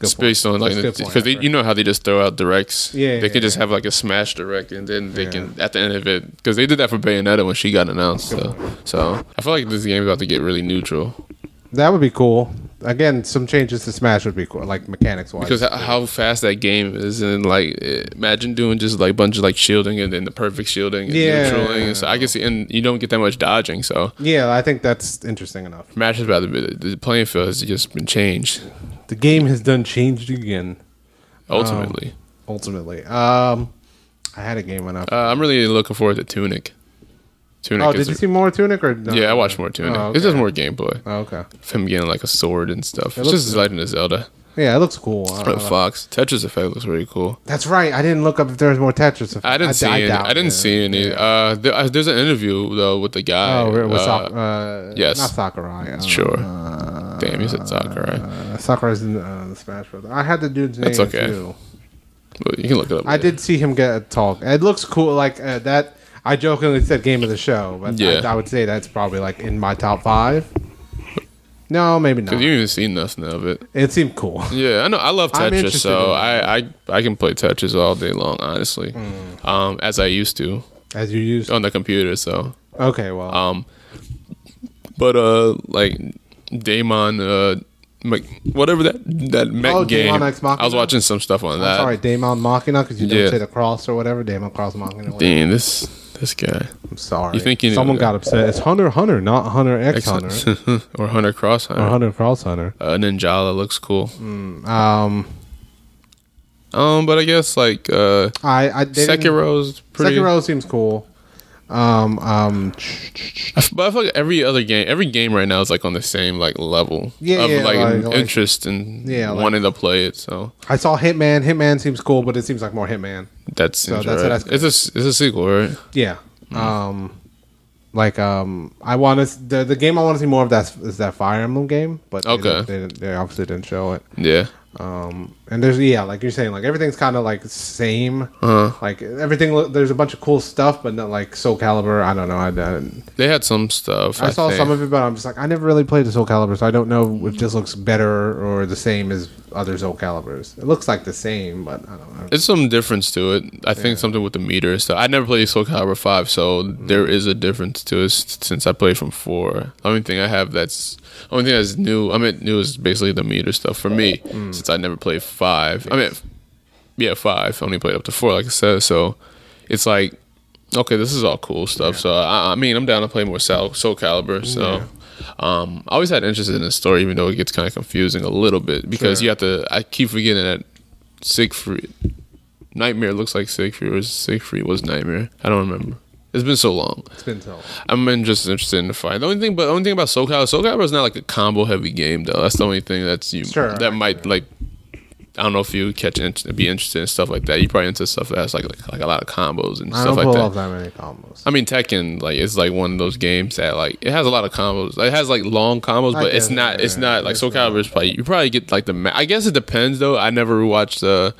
[SPEAKER 2] It's based on like
[SPEAKER 1] That's a good point,
[SPEAKER 2] because
[SPEAKER 1] right.
[SPEAKER 2] you know how they just throw out directs.
[SPEAKER 1] Yeah,
[SPEAKER 2] they could
[SPEAKER 1] yeah,
[SPEAKER 2] just
[SPEAKER 1] yeah.
[SPEAKER 2] have like a Smash Direct, and then they
[SPEAKER 1] Yeah.
[SPEAKER 2] can at the end of it because they did that for Bayonetta when she got announced. So, so I feel like this game's about to get really neutral
[SPEAKER 1] That would be cool. Again, some changes to Smash would be cool, like mechanics wise.
[SPEAKER 2] because how, how fast that game is and like eh, imagine doing just like bunch of like shielding and then the perfect shielding and
[SPEAKER 1] Yeah.
[SPEAKER 2] neutraling. So I can see and you don't get that much dodging. So
[SPEAKER 1] yeah, I think that's interesting enough.
[SPEAKER 2] Smash is about to be the playing field has just been changed
[SPEAKER 1] The game has done changed again.
[SPEAKER 2] ultimately.
[SPEAKER 1] Ultimately, um, I had a game enough.
[SPEAKER 2] Uh, I'm really looking forward to Tunic. Tunic
[SPEAKER 1] oh,
[SPEAKER 2] is
[SPEAKER 1] did you see more Tunic or no?
[SPEAKER 2] yeah, I watched more Tunic.
[SPEAKER 1] Oh,
[SPEAKER 2] It's just
[SPEAKER 1] okay.
[SPEAKER 2] more gameplay.
[SPEAKER 1] Oh, okay.
[SPEAKER 2] Of him getting like a sword and stuff. it's
[SPEAKER 1] looks Uh-huh.
[SPEAKER 2] just like in the Zelda.
[SPEAKER 1] Yeah, it looks cool. I
[SPEAKER 2] But
[SPEAKER 1] don't know.
[SPEAKER 2] Fox Tetris Effect looks really cool.
[SPEAKER 1] That's right. I didn't look up if there was more Tetris.
[SPEAKER 2] I didn't see any.
[SPEAKER 1] doubt
[SPEAKER 2] I didn't
[SPEAKER 1] it.
[SPEAKER 2] see any. Uh, there, uh, there's an interview though with the guy.
[SPEAKER 1] Oh, it was
[SPEAKER 2] uh,
[SPEAKER 1] Sak- uh,
[SPEAKER 2] yes.
[SPEAKER 1] not Sakurai. uh,
[SPEAKER 2] Sure.
[SPEAKER 1] uh,
[SPEAKER 2] Damn, you said Sakurai.
[SPEAKER 1] uh, Sakurai's in uh, the Smash Brothers. I had the dude's name
[SPEAKER 2] That's okay.
[SPEAKER 1] too.
[SPEAKER 2] But you can look it up.
[SPEAKER 1] I did see him get a talk. It looks cool. Like uh, that. I jokingly said game of the show, but
[SPEAKER 2] Yeah.
[SPEAKER 1] I, I would say that's probably like in my top five. No, maybe not.
[SPEAKER 2] because you even seen nothing of it.
[SPEAKER 1] it seemed cool.
[SPEAKER 2] Yeah, I know. I love
[SPEAKER 1] I'm
[SPEAKER 2] Tetris,
[SPEAKER 1] interested
[SPEAKER 2] so
[SPEAKER 1] in-
[SPEAKER 2] I, I I can play Tetris all day long. Honestly,
[SPEAKER 1] Mm.
[SPEAKER 2] um, as I used to
[SPEAKER 1] As you used.
[SPEAKER 2] on the computer. So
[SPEAKER 1] Okay, well.
[SPEAKER 2] Um, but uh, like Daemon, uh, Mc- whatever that that mech
[SPEAKER 1] Oh,
[SPEAKER 2] game.
[SPEAKER 1] Daemon Ex Machina?
[SPEAKER 2] I was watching some stuff on that.
[SPEAKER 1] I'm sorry, Daemon Machina, because you didn't
[SPEAKER 2] Yeah.
[SPEAKER 1] say the cross or whatever. Daemon Cross Machina. whatever.
[SPEAKER 2] Damn, this this guy
[SPEAKER 1] I'm sorry.
[SPEAKER 2] You think you knew
[SPEAKER 1] Someone
[SPEAKER 2] that.
[SPEAKER 1] got upset. It's Hunter Hunter, not Hunter X Hunter.
[SPEAKER 2] or Hunter Cross
[SPEAKER 1] Or Mm.
[SPEAKER 2] Hunter.
[SPEAKER 1] Hunter Cross Hunter.
[SPEAKER 2] Uh, Ninjala looks cool.
[SPEAKER 1] Um,
[SPEAKER 2] Um, but I guess like uh,
[SPEAKER 1] I, I they didn't-
[SPEAKER 2] Sekiro's pretty.
[SPEAKER 1] Sekiro seems cool. Um, um,
[SPEAKER 2] I f- But I feel like every other game, every game right now is like on the same like level
[SPEAKER 1] Yeah,
[SPEAKER 2] of
[SPEAKER 1] yeah,
[SPEAKER 2] like,
[SPEAKER 1] like- like-
[SPEAKER 2] interest and
[SPEAKER 1] Yeah, like-
[SPEAKER 2] wanting to play it. So
[SPEAKER 1] I saw Hitman. Hitman seems cool, but it seems like more Hitman.
[SPEAKER 2] that's so
[SPEAKER 1] that's-
[SPEAKER 2] right.
[SPEAKER 1] that's good.
[SPEAKER 2] it's a s- it's a sequel, right?
[SPEAKER 1] Yeah.
[SPEAKER 2] Mm-hmm.
[SPEAKER 1] Um, like um, I want to the the game I want to see more of that is that Fire Emblem game, but they
[SPEAKER 2] Okay.
[SPEAKER 1] didn't- they, didn't- they obviously didn't show it.
[SPEAKER 2] Yeah.
[SPEAKER 1] Um, and there's yeah, like you're saying, like everything's kind of like same.
[SPEAKER 2] Uh-huh.
[SPEAKER 1] Like everything, lo- there's a bunch of cool stuff, but not like Soul Calibur. I don't know. I, didn't-
[SPEAKER 2] They had some stuff.
[SPEAKER 1] I, saw
[SPEAKER 2] think.
[SPEAKER 1] some of it, but I'm just like I never really played the Soul Calibur, so I don't know if this looks better or the same as other Soul Calibers. It looks like the same, but I don't know.
[SPEAKER 2] It's some difference to it. I think something with the meter. So I never played Soul Calibur five, so there is a difference to it s- since I played from four. The only thing I have that's only thing that's new. I mean, new is basically the meter stuff for me
[SPEAKER 1] Mm.
[SPEAKER 2] since I never played five. I mean, yeah, five. I only played up to four, like I said. So it's like, okay, this is all cool stuff. So I, I mean, I'm down to play more Soul, Soul Calibur. So Um, I always had interest in this story, even though it gets kind of confusing a little bit because
[SPEAKER 1] Sure.
[SPEAKER 2] you have to. I keep forgetting that Siegfried, Nightmare looks like Siegfried, or Siegfried was Nightmare. I don't remember. It's been so long.
[SPEAKER 1] It's been told.
[SPEAKER 2] I'm in- just interested in the fight. The only thing, but the only thing about SoCal, SoCal is not like a combo heavy game though. That's the only thing that's you
[SPEAKER 1] Sure, I
[SPEAKER 2] that might like. I don't know if you catch int- be interested in stuff like that. You probably into stuff that's like like, like a lot of combos and
[SPEAKER 1] I don't
[SPEAKER 2] stuff like
[SPEAKER 1] pull
[SPEAKER 2] that.
[SPEAKER 1] off that many combos.
[SPEAKER 2] I mean Tekken like it's like one of those games that like it has a lot of combos. It has like long combos,
[SPEAKER 1] I
[SPEAKER 2] but it's
[SPEAKER 1] get it,
[SPEAKER 2] not it's
[SPEAKER 1] yeah,
[SPEAKER 2] not like
[SPEAKER 1] it's
[SPEAKER 2] Soul Calibur is probably you probably get like the ma- I guess it depends though. I never watched the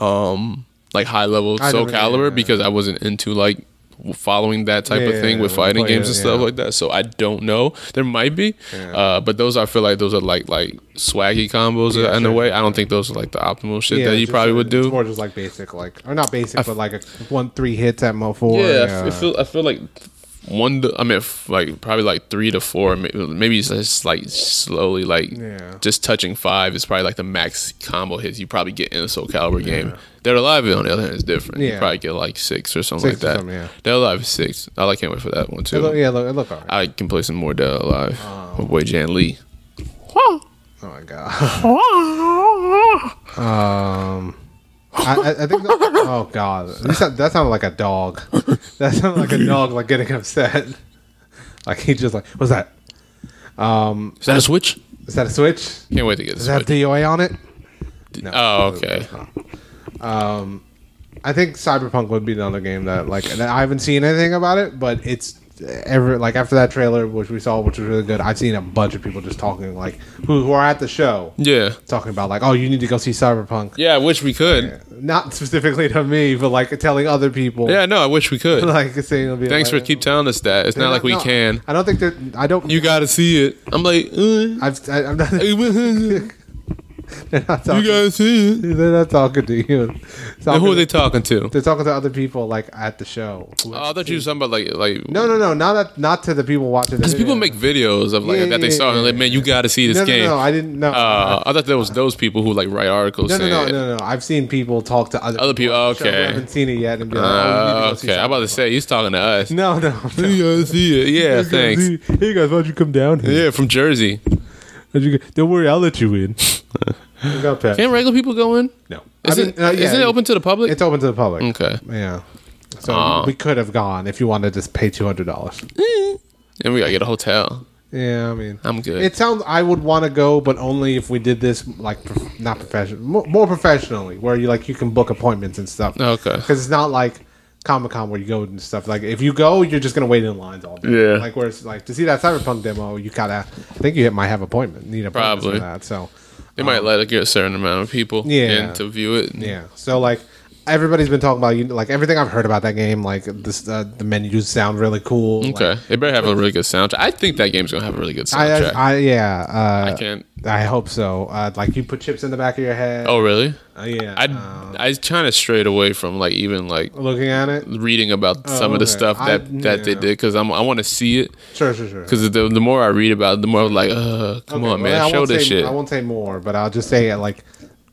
[SPEAKER 2] um like high level
[SPEAKER 1] I
[SPEAKER 2] Soul
[SPEAKER 1] never- yeah,
[SPEAKER 2] Calibur
[SPEAKER 1] yeah.
[SPEAKER 2] because I wasn't into like following that type
[SPEAKER 1] Yeah,
[SPEAKER 2] of
[SPEAKER 1] yeah,
[SPEAKER 2] thing
[SPEAKER 1] yeah,
[SPEAKER 2] with
[SPEAKER 1] we
[SPEAKER 2] fighting
[SPEAKER 1] play
[SPEAKER 2] games
[SPEAKER 1] it,
[SPEAKER 2] and stuff
[SPEAKER 1] yeah.
[SPEAKER 2] like that. So I don't know. There might be,
[SPEAKER 1] Yeah.
[SPEAKER 2] uh, but those I feel like those are like like swaggy combos
[SPEAKER 1] Yeah,
[SPEAKER 2] in a
[SPEAKER 1] sure.
[SPEAKER 2] way. I don't think those are like the optimal shit that you
[SPEAKER 1] just,
[SPEAKER 2] probably
[SPEAKER 1] uh,
[SPEAKER 2] would do.
[SPEAKER 1] It's more just like basic, like or not basic, but like a one three hits at mo four.
[SPEAKER 2] Yeah, I f- I feel I feel like one. To, I mean, f- like probably like three to four. Maybe, maybe it's just like slowly, like
[SPEAKER 1] Yeah.
[SPEAKER 2] just touching five is probably like the max combo hits you probably get in a Soul Calibur game. They're alive on the other hand is different. You
[SPEAKER 1] Yeah.
[SPEAKER 2] probably get like six or something
[SPEAKER 1] Six
[SPEAKER 2] like
[SPEAKER 1] or
[SPEAKER 2] that.
[SPEAKER 1] something, yeah.
[SPEAKER 2] They're alive is six. I like can't wait for that one
[SPEAKER 1] It
[SPEAKER 2] too.
[SPEAKER 1] look, yeah, Um, look, it look alright.
[SPEAKER 2] I can play some more Dead or Alive with boy Jan Lee. Huh.
[SPEAKER 1] Oh my god. um, I, I- I think. the- oh god, You sound- that sounded like a dog. That sounded like a dog, like getting upset. Like he just like, what's that?
[SPEAKER 2] Is that a switch?
[SPEAKER 1] Is that a switch?
[SPEAKER 2] Can't wait to get
[SPEAKER 1] Does
[SPEAKER 2] this.
[SPEAKER 1] that have DOA on it? No. Um,
[SPEAKER 2] Oh, okay.
[SPEAKER 1] I think Cyberpunk would be another game that like that I haven't seen anything about it, but it's ever like after that trailer which we saw, which was really good. I've seen a bunch of people just talking like who who are at the show
[SPEAKER 2] Yeah.
[SPEAKER 1] talking about like oh you need to go see Cyberpunk.
[SPEAKER 2] Yeah, I wish we could. Yeah,
[SPEAKER 1] Not specifically to me, but like telling other people.
[SPEAKER 2] no, I wish we could.
[SPEAKER 1] Like saying it'll be
[SPEAKER 2] Thanks for
[SPEAKER 1] like,
[SPEAKER 2] keep telling us that. It's not like we
[SPEAKER 1] no,
[SPEAKER 2] can.
[SPEAKER 1] I don't think that I don't.
[SPEAKER 2] You gotta see it. I'm like, uh,
[SPEAKER 1] I've, I, I'm not.
[SPEAKER 2] hey, what is it?
[SPEAKER 1] They're not talking.
[SPEAKER 2] you gotta see it.
[SPEAKER 1] they're not talking to you.
[SPEAKER 2] And
[SPEAKER 1] Talking
[SPEAKER 2] who are
[SPEAKER 1] to-
[SPEAKER 2] they talking to?
[SPEAKER 1] they're talking to other people like at the show.
[SPEAKER 2] Oh, I thought you were talking about like, like
[SPEAKER 1] No, no, no. Not that. Not to the people watching.
[SPEAKER 2] Because people make videos of like
[SPEAKER 1] Yeah,
[SPEAKER 2] that they
[SPEAKER 1] yeah,
[SPEAKER 2] saw and
[SPEAKER 1] yeah,
[SPEAKER 2] like, man, you gotta see this
[SPEAKER 1] no,
[SPEAKER 2] game.
[SPEAKER 1] No, no, I didn't know.
[SPEAKER 2] uh, I thought there was those people who like write articles.
[SPEAKER 1] no, no,
[SPEAKER 2] saying,
[SPEAKER 1] no, no, no. I've seen people talk to other
[SPEAKER 2] Other people,
[SPEAKER 1] on the show who
[SPEAKER 2] okay.
[SPEAKER 1] haven't seen it yet, and be like, oh, you need to
[SPEAKER 2] Uh,
[SPEAKER 1] go see
[SPEAKER 2] okay, I'm about to say he's talking to us.
[SPEAKER 1] Cyberpunk. No, no. no.
[SPEAKER 2] You gotta see it. Yeah, thanks.
[SPEAKER 1] Hey guys, why'd you come down here?
[SPEAKER 2] Yeah, from Jersey.
[SPEAKER 1] Why'd you go- Don't worry, I'll let you in. We got past-
[SPEAKER 2] Can regular people go in?
[SPEAKER 1] No,
[SPEAKER 2] Is
[SPEAKER 1] I mean,
[SPEAKER 2] it
[SPEAKER 1] uh, yeah,
[SPEAKER 2] isn't it open to the public?
[SPEAKER 1] It's open to the public.
[SPEAKER 2] okay. Uh.
[SPEAKER 1] Yeah, so
[SPEAKER 2] Aw.
[SPEAKER 1] we could have gone if you wanted to pay two hundred dollars.
[SPEAKER 2] Eh. And we gotta get a hotel.
[SPEAKER 1] Yeah, I mean,
[SPEAKER 2] I'm good.
[SPEAKER 1] It sounds I would want to go, but only if we did this like prof- not professional, more, more professionally, where you like you can book appointments and stuff.
[SPEAKER 2] Okay.
[SPEAKER 1] because it's not like Comic Con where you go and stuff. Like if you go, you're just gonna wait in lines all day.
[SPEAKER 2] Yeah.
[SPEAKER 1] like where it's like to see that Cyberpunk demo, you gotta. I think you might have appointment need appointments
[SPEAKER 2] Probably.
[SPEAKER 1] for that. So
[SPEAKER 2] They might let it get a certain amount of people
[SPEAKER 1] Yeah.
[SPEAKER 2] in to view it.
[SPEAKER 1] yeah, so like. Everybody's been talking about you, like everything I've heard about that game. Like this, uh, the menus sound really cool. like,
[SPEAKER 2] Okay, it better have a really good soundtrack. I think that game's gonna have a really good
[SPEAKER 1] I,
[SPEAKER 2] soundtrack. I,
[SPEAKER 1] I, yeah. Uh,
[SPEAKER 2] can't.
[SPEAKER 1] I hope so. Uh, like you put chips in the back of your head.
[SPEAKER 2] Oh, really?
[SPEAKER 1] Uh, yeah.
[SPEAKER 2] I
[SPEAKER 1] um,
[SPEAKER 2] I kind of strayed away from like even like
[SPEAKER 1] looking at it.
[SPEAKER 2] reading about some of
[SPEAKER 1] Oh, okay.
[SPEAKER 2] the stuff
[SPEAKER 1] I-
[SPEAKER 2] that that they
[SPEAKER 1] yeah.
[SPEAKER 2] did because I'm I want to see it
[SPEAKER 1] Sure, sure, sure.
[SPEAKER 2] because the, the more I read about it, the more I'm like, uh, come
[SPEAKER 1] Okay,
[SPEAKER 2] on,
[SPEAKER 1] well,
[SPEAKER 2] man,
[SPEAKER 1] I
[SPEAKER 2] show
[SPEAKER 1] won't
[SPEAKER 2] this
[SPEAKER 1] say-
[SPEAKER 2] shit.
[SPEAKER 1] I won't say more, but I'll just say uh, like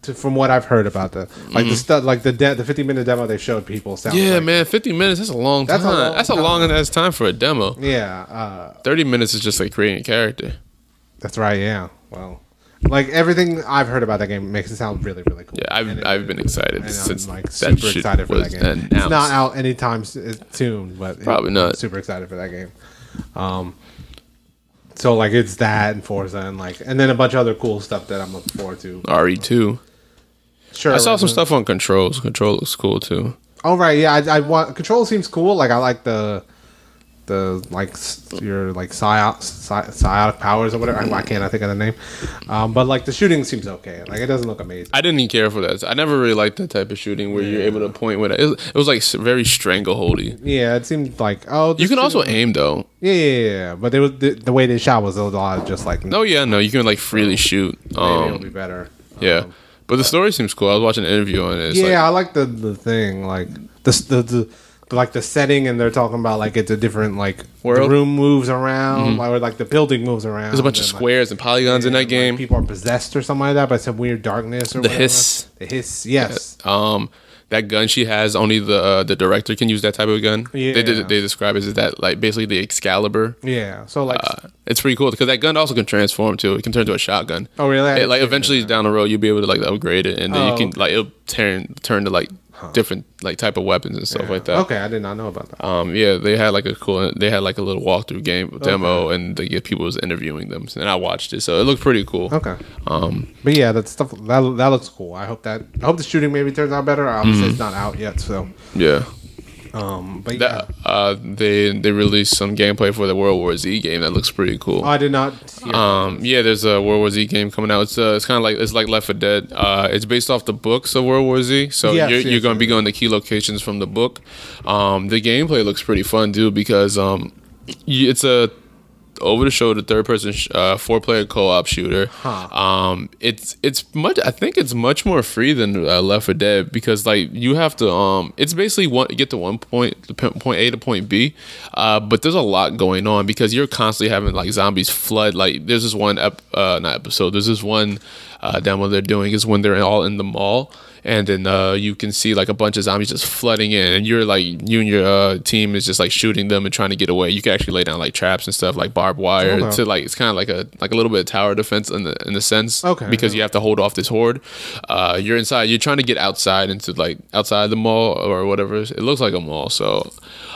[SPEAKER 1] to, from what I've heard about the like the stuff like the de- the 50 minute demo they showed people. Sounds
[SPEAKER 2] Mm-hmm. yeah,
[SPEAKER 1] like,
[SPEAKER 2] man, 50 minutes that's a long
[SPEAKER 1] That's a
[SPEAKER 2] time.
[SPEAKER 1] long
[SPEAKER 2] that's a
[SPEAKER 1] time.
[SPEAKER 2] long ass time for a demo.
[SPEAKER 1] Yeah, uh,
[SPEAKER 2] 30 minutes is just like creating a character.
[SPEAKER 1] that's right. Yeah, well, like everything I've heard about that game makes it sound really, really cool.
[SPEAKER 2] Yeah, I've
[SPEAKER 1] And it-
[SPEAKER 2] I've been excited
[SPEAKER 1] and
[SPEAKER 2] since
[SPEAKER 1] I'm like
[SPEAKER 2] that
[SPEAKER 1] super
[SPEAKER 2] shit
[SPEAKER 1] excited for
[SPEAKER 2] was
[SPEAKER 1] that game. It's
[SPEAKER 2] announced.
[SPEAKER 1] not out anytime s- uh, soon, but
[SPEAKER 2] Probably
[SPEAKER 1] I'm
[SPEAKER 2] not.
[SPEAKER 1] super excited for that game. Um, so like it's that and Forza and like and then a bunch of other cool stuff that I'm looking forward to.
[SPEAKER 2] RE2.
[SPEAKER 1] Sure,
[SPEAKER 2] E I saw some
[SPEAKER 1] Resident-
[SPEAKER 2] stuff on controls. Control looks cool too.
[SPEAKER 1] Oh right, yeah. I, I want control seems cool. Like I like the the like s- your like psi- psi- psiotic powers or whatever. I- Why can't I think of the name? Um, but like the shooting seems okay. Like it doesn't look amazing.
[SPEAKER 2] I didn't even care for that. I never really liked that type of shooting where you're able to point with it. It was, it was like s- very strangleholdy.
[SPEAKER 1] Yeah, it seemed like oh. the
[SPEAKER 2] You can
[SPEAKER 1] shooting-
[SPEAKER 2] also aim though.
[SPEAKER 1] yeah, yeah, yeah, yeah. But they was the, the way they shot was a lot of just like
[SPEAKER 2] No, yeah, no, you can like freely shoot.
[SPEAKER 1] Oh. maybe it'll
[SPEAKER 2] Um,
[SPEAKER 1] be better.
[SPEAKER 2] yeah, but the story seems cool. I was watching an interview on it. It's
[SPEAKER 1] yeah,
[SPEAKER 2] like,
[SPEAKER 1] I like the the thing like the s- the. the like the setting, and they're talking about like it's a different like
[SPEAKER 2] World? Mm-hmm.
[SPEAKER 1] the room moves around, or like the building moves around.
[SPEAKER 2] there's a bunch of
[SPEAKER 1] and, like,
[SPEAKER 2] squares and polygons in
[SPEAKER 1] Yeah,
[SPEAKER 2] that
[SPEAKER 1] like,
[SPEAKER 2] game.
[SPEAKER 1] people are possessed or something like that by some weird darkness or
[SPEAKER 2] The
[SPEAKER 1] whatever.
[SPEAKER 2] hiss.
[SPEAKER 1] The hiss, yes.
[SPEAKER 2] Um, that gun she has only the uh, the director can use that type of gun.
[SPEAKER 1] Yeah.
[SPEAKER 2] They did, they describe it as that like basically the Excalibur.
[SPEAKER 1] Yeah. So like,
[SPEAKER 2] Uh, it's pretty cool because that gun also can transform too. It can turn to a shotgun.
[SPEAKER 1] oh really? I
[SPEAKER 2] It,
[SPEAKER 1] didn't
[SPEAKER 2] like
[SPEAKER 1] see
[SPEAKER 2] eventually
[SPEAKER 1] that.
[SPEAKER 2] down the road you'll be able to like upgrade it and then
[SPEAKER 1] Oh,
[SPEAKER 2] you can
[SPEAKER 1] okay.
[SPEAKER 2] like it'll turn turn to like different like type of weapons and stuff like that.
[SPEAKER 1] Okay, I did not know about that.
[SPEAKER 2] Um, yeah, they had like a cool. They had like a little walkthrough game demo, and the, yeah, people was interviewing them, and I watched it, so it looked pretty cool.
[SPEAKER 1] Okay,
[SPEAKER 2] Um,
[SPEAKER 1] but yeah, that stuff that, that looks cool. I hope that I hope the shooting maybe turns out better. Obviously, it's not out yet, so
[SPEAKER 2] yeah,
[SPEAKER 1] um, but yeah.
[SPEAKER 2] Mm-hmm. that uh, they they released some gameplay for the World War Z game that looks pretty cool.
[SPEAKER 1] Oh, I did not. see it.
[SPEAKER 2] Um, yeah, there's a World War Z game coming out. It's uh, it's kind of like it's like Left 4 Dead. Uh, it's based off the books of World War Z, so
[SPEAKER 1] Yes,
[SPEAKER 2] you're, you're
[SPEAKER 1] yes,
[SPEAKER 2] going to
[SPEAKER 1] yes.
[SPEAKER 2] be going to key locations from the book. Um, the gameplay looks pretty fun, dude, because um, y- it's a over the shoulder third person sh- uh, four player co op shooter.
[SPEAKER 1] Huh.
[SPEAKER 2] Um, it's it's much. I think it's much more free than uh, Left 4 Dead because like you have to. Um, it's basically one get to one point, to p- point A to point B. Uh, but there's a lot going on because you're constantly having like zombies flood. Like there's this one ep- uh, not episode. There's this one uh, demo they're doing is when they're all in the mall. And then uh, you can see like a bunch of zombies just flooding in, and you're like you and your uh, team is just like shooting them and trying to get away. You can actually lay down like traps and stuff, like barbed wire,
[SPEAKER 1] Okay.
[SPEAKER 2] to like it's kind of like a like a little bit of tower defense in the in the sense
[SPEAKER 1] Okay.
[SPEAKER 2] because you have to hold off this horde uh you're inside you're trying to get outside into like outside the mall or whatever it looks like a mall so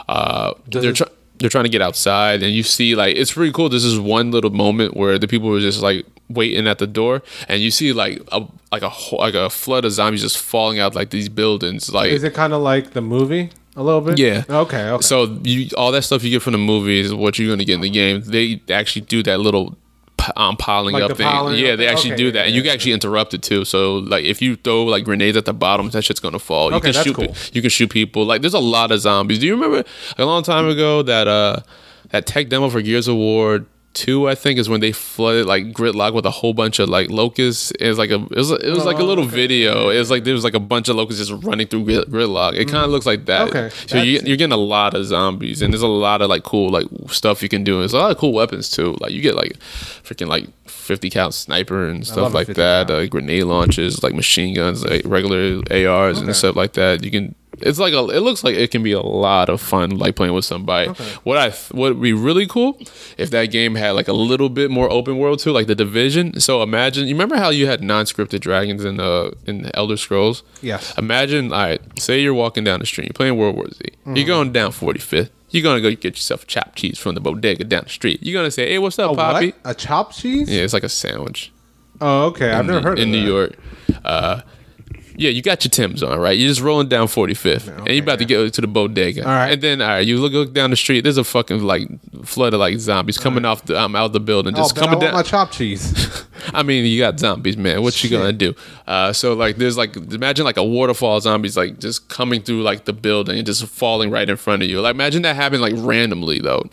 [SPEAKER 2] uh they're trying they're trying to get outside and you see like it's pretty cool this is one little moment where the people were just like waiting at the door and you see like a like a whole, like a flood of zombies just falling out like these buildings like
[SPEAKER 1] Is it kind of like the movie a little bit?
[SPEAKER 2] Yeah.
[SPEAKER 1] Okay. Okay.
[SPEAKER 2] so you all that stuff you get from the movies, what you're going to get in the game, they actually do that little p- um, piling
[SPEAKER 1] Like
[SPEAKER 2] up
[SPEAKER 1] the
[SPEAKER 2] thing.
[SPEAKER 1] piling
[SPEAKER 2] yeah,
[SPEAKER 1] up
[SPEAKER 2] they
[SPEAKER 1] thing?
[SPEAKER 2] actually
[SPEAKER 1] Okay,
[SPEAKER 2] do
[SPEAKER 1] yeah,
[SPEAKER 2] that, and you
[SPEAKER 1] yeah,
[SPEAKER 2] can actually interrupt it too. So like if you throw like grenades at the bottom, that shit's going to fall. You
[SPEAKER 1] Okay,
[SPEAKER 2] can
[SPEAKER 1] that's
[SPEAKER 2] shoot.
[SPEAKER 1] cool.
[SPEAKER 2] You can shoot people. Like there's a lot of zombies. Do you remember a long time ago that uh that tech demo for Gears of War? Two, I think, is when they flooded like gridlock with a whole bunch of like locusts. It was like a, it was, it was like a
[SPEAKER 1] Oh,
[SPEAKER 2] little
[SPEAKER 1] okay.
[SPEAKER 2] video. It was like there was like a bunch of locusts just running through grid- gridlock. It kind of looks like that.
[SPEAKER 1] Mm-hmm. Okay,
[SPEAKER 2] So you,
[SPEAKER 1] that's-
[SPEAKER 2] you're getting a lot of zombies and there's a lot of like cool like stuff you can do. There's a lot of cool weapons too. Like you get like freaking like 50 cal sniper and
[SPEAKER 1] love
[SPEAKER 2] stuff
[SPEAKER 1] a
[SPEAKER 2] like
[SPEAKER 1] 50
[SPEAKER 2] that.
[SPEAKER 1] cal.
[SPEAKER 2] Uh, grenade launches, like machine guns, like regular ARs
[SPEAKER 1] Okay.
[SPEAKER 2] and stuff like that. You can. It's like a. It looks like it can be a lot of fun, like playing with somebody. What I th- what would be really cool if that game had like a little bit more open world too, like the Division. So imagine you remember how you had non-scripted dragons in uh in Elder Scrolls.
[SPEAKER 1] Yes.
[SPEAKER 2] Imagine, all right, say you're walking down the street, you're playing World War Z. You're
[SPEAKER 1] Mm-hmm.
[SPEAKER 2] going down 45th. You're gonna go get yourself chopped cheese from the bodega down the street. You're gonna say, "Hey, what's up,
[SPEAKER 1] a
[SPEAKER 2] Poppy?"
[SPEAKER 1] what? A chopped cheese?
[SPEAKER 2] Yeah, it's like a sandwich
[SPEAKER 1] Oh, okay. I've never heard
[SPEAKER 2] in
[SPEAKER 1] of
[SPEAKER 2] New
[SPEAKER 1] that.
[SPEAKER 2] York. Uh, yeah, you got your Tim's on, right? You're just rolling down 45th, and
[SPEAKER 1] okay,
[SPEAKER 2] you're about to get to the bodega.
[SPEAKER 1] All right.
[SPEAKER 2] and then all right, you look, look down the street. There's a fucking like flood of like zombies coming off the um, out the building,
[SPEAKER 1] Oh,
[SPEAKER 2] just
[SPEAKER 1] but I
[SPEAKER 2] coming
[SPEAKER 1] want
[SPEAKER 2] down.
[SPEAKER 1] my chopped cheese.
[SPEAKER 2] I mean, you got zombies, man. What you gonna do? Uh, so like, there's like, imagine like a waterfall of zombies like just coming through like the building and just falling right in front of you. Like, imagine that happening like randomly though.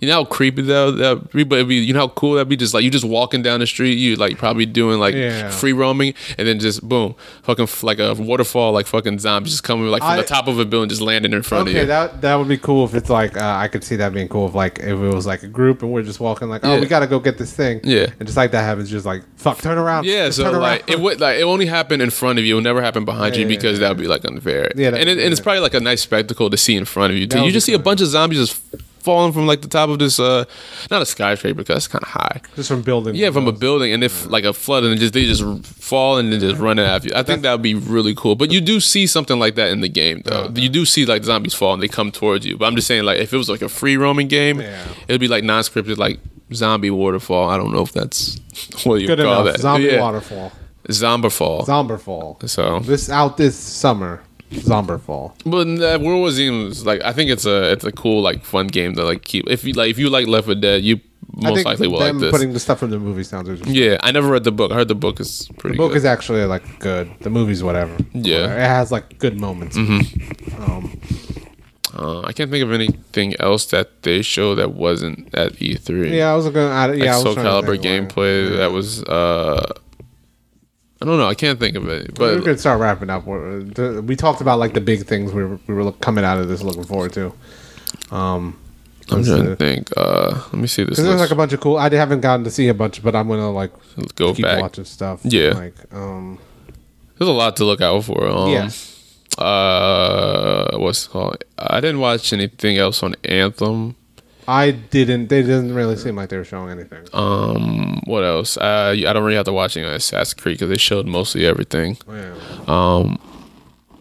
[SPEAKER 2] You know how creepy though that be, but it'd be, you know how cool that'd be. Just like you just walking down the street, you like probably doing like
[SPEAKER 1] Yeah.
[SPEAKER 2] free roaming, and then just boom, fucking f- like a waterfall, like fucking zombies just coming like from
[SPEAKER 1] I-
[SPEAKER 2] the top of a building, just landing in front of
[SPEAKER 1] Okay,
[SPEAKER 2] you.
[SPEAKER 1] that that would be cool if it's like uh, I could see that being cool if like if it was like a group and we're just walking like oh
[SPEAKER 2] Yeah.
[SPEAKER 1] we gotta go get this thing
[SPEAKER 2] Yeah.
[SPEAKER 1] and just like that happens just like fuck turn around
[SPEAKER 2] Yeah,
[SPEAKER 1] Just
[SPEAKER 2] so
[SPEAKER 1] turn
[SPEAKER 2] like it
[SPEAKER 1] around.
[SPEAKER 2] would like it only happen in front of you. It would never happen behind you
[SPEAKER 1] yeah,
[SPEAKER 2] because that would be like unfair.
[SPEAKER 1] Yeah, that would
[SPEAKER 2] and it,
[SPEAKER 1] be
[SPEAKER 2] and it's
[SPEAKER 1] fair.
[SPEAKER 2] probably like a nice spectacle to see in front of you. Too.
[SPEAKER 1] would
[SPEAKER 2] You
[SPEAKER 1] be
[SPEAKER 2] just see a bunch of zombies just falling from like the top of this uh not a skyscraper because that's kind of high.
[SPEAKER 1] just from building
[SPEAKER 2] Yeah, from a building, and if like a flood, and just they just fall and then just run after you. I think that would be really cool. But you do see something like that in the game, though.
[SPEAKER 1] Oh,
[SPEAKER 2] You do see like zombies fall and they come towards you. But I'm just saying, like if it was like a free roaming game,
[SPEAKER 1] Yeah.
[SPEAKER 2] it would be like non-scripted, like zombie waterfall. I don't know if that's what you
[SPEAKER 1] good
[SPEAKER 2] call
[SPEAKER 1] enough
[SPEAKER 2] that.
[SPEAKER 1] zombie
[SPEAKER 2] Yeah.
[SPEAKER 1] waterfall
[SPEAKER 2] Zomberfall.
[SPEAKER 1] zomberfall
[SPEAKER 2] so,
[SPEAKER 1] this out this summer zomberfall
[SPEAKER 2] but uh, World War Z was like I think it's a it's a cool like fun game to like keep if you like if you like Left 4 Dead you
[SPEAKER 1] I
[SPEAKER 2] most
[SPEAKER 1] think
[SPEAKER 2] likely will
[SPEAKER 1] them
[SPEAKER 2] like this.
[SPEAKER 1] putting the stuff from the movie sounds really
[SPEAKER 2] yeah, I never read the book. I heard the book is pretty
[SPEAKER 1] The book
[SPEAKER 2] good.
[SPEAKER 1] is actually like good. The movie's whatever.
[SPEAKER 2] Yeah. Mm-hmm.
[SPEAKER 1] Whatever. it has like good moments. Um,
[SPEAKER 2] uh, I can't think of anything else that they showed that wasn't at E3.
[SPEAKER 1] yeah, I was gonna. I, yeah,
[SPEAKER 2] like
[SPEAKER 1] I was
[SPEAKER 2] Soul
[SPEAKER 1] trying to
[SPEAKER 2] Calibur
[SPEAKER 1] think of one.
[SPEAKER 2] gameplay that was. uh I don't know. I can't think of it. But
[SPEAKER 1] we could start wrapping up. We're- the- We talked about like the big things we were, we were look- coming out of this looking forward to. Um,
[SPEAKER 2] I'm
[SPEAKER 1] let's,
[SPEAKER 2] trying
[SPEAKER 1] uh,
[SPEAKER 2] to think. Uh, let me see this.
[SPEAKER 1] 'cause there's like
[SPEAKER 2] list.
[SPEAKER 1] a bunch of cool. I haven't gotten to see a bunch, but I'm gonna like
[SPEAKER 2] Let's go
[SPEAKER 1] keep
[SPEAKER 2] back.
[SPEAKER 1] watching stuff.
[SPEAKER 2] Yeah.
[SPEAKER 1] like um,
[SPEAKER 2] There's a lot to look out for. Um,
[SPEAKER 1] yeah.
[SPEAKER 2] uh, what's it called? I didn't watch anything else on Anthem.
[SPEAKER 1] I didn't. They didn't really seem like they were showing anything.
[SPEAKER 2] Um, what else? Uh, I don't really have to watch any Assassin's Creed because they showed mostly everything.
[SPEAKER 1] Yeah.
[SPEAKER 2] Um,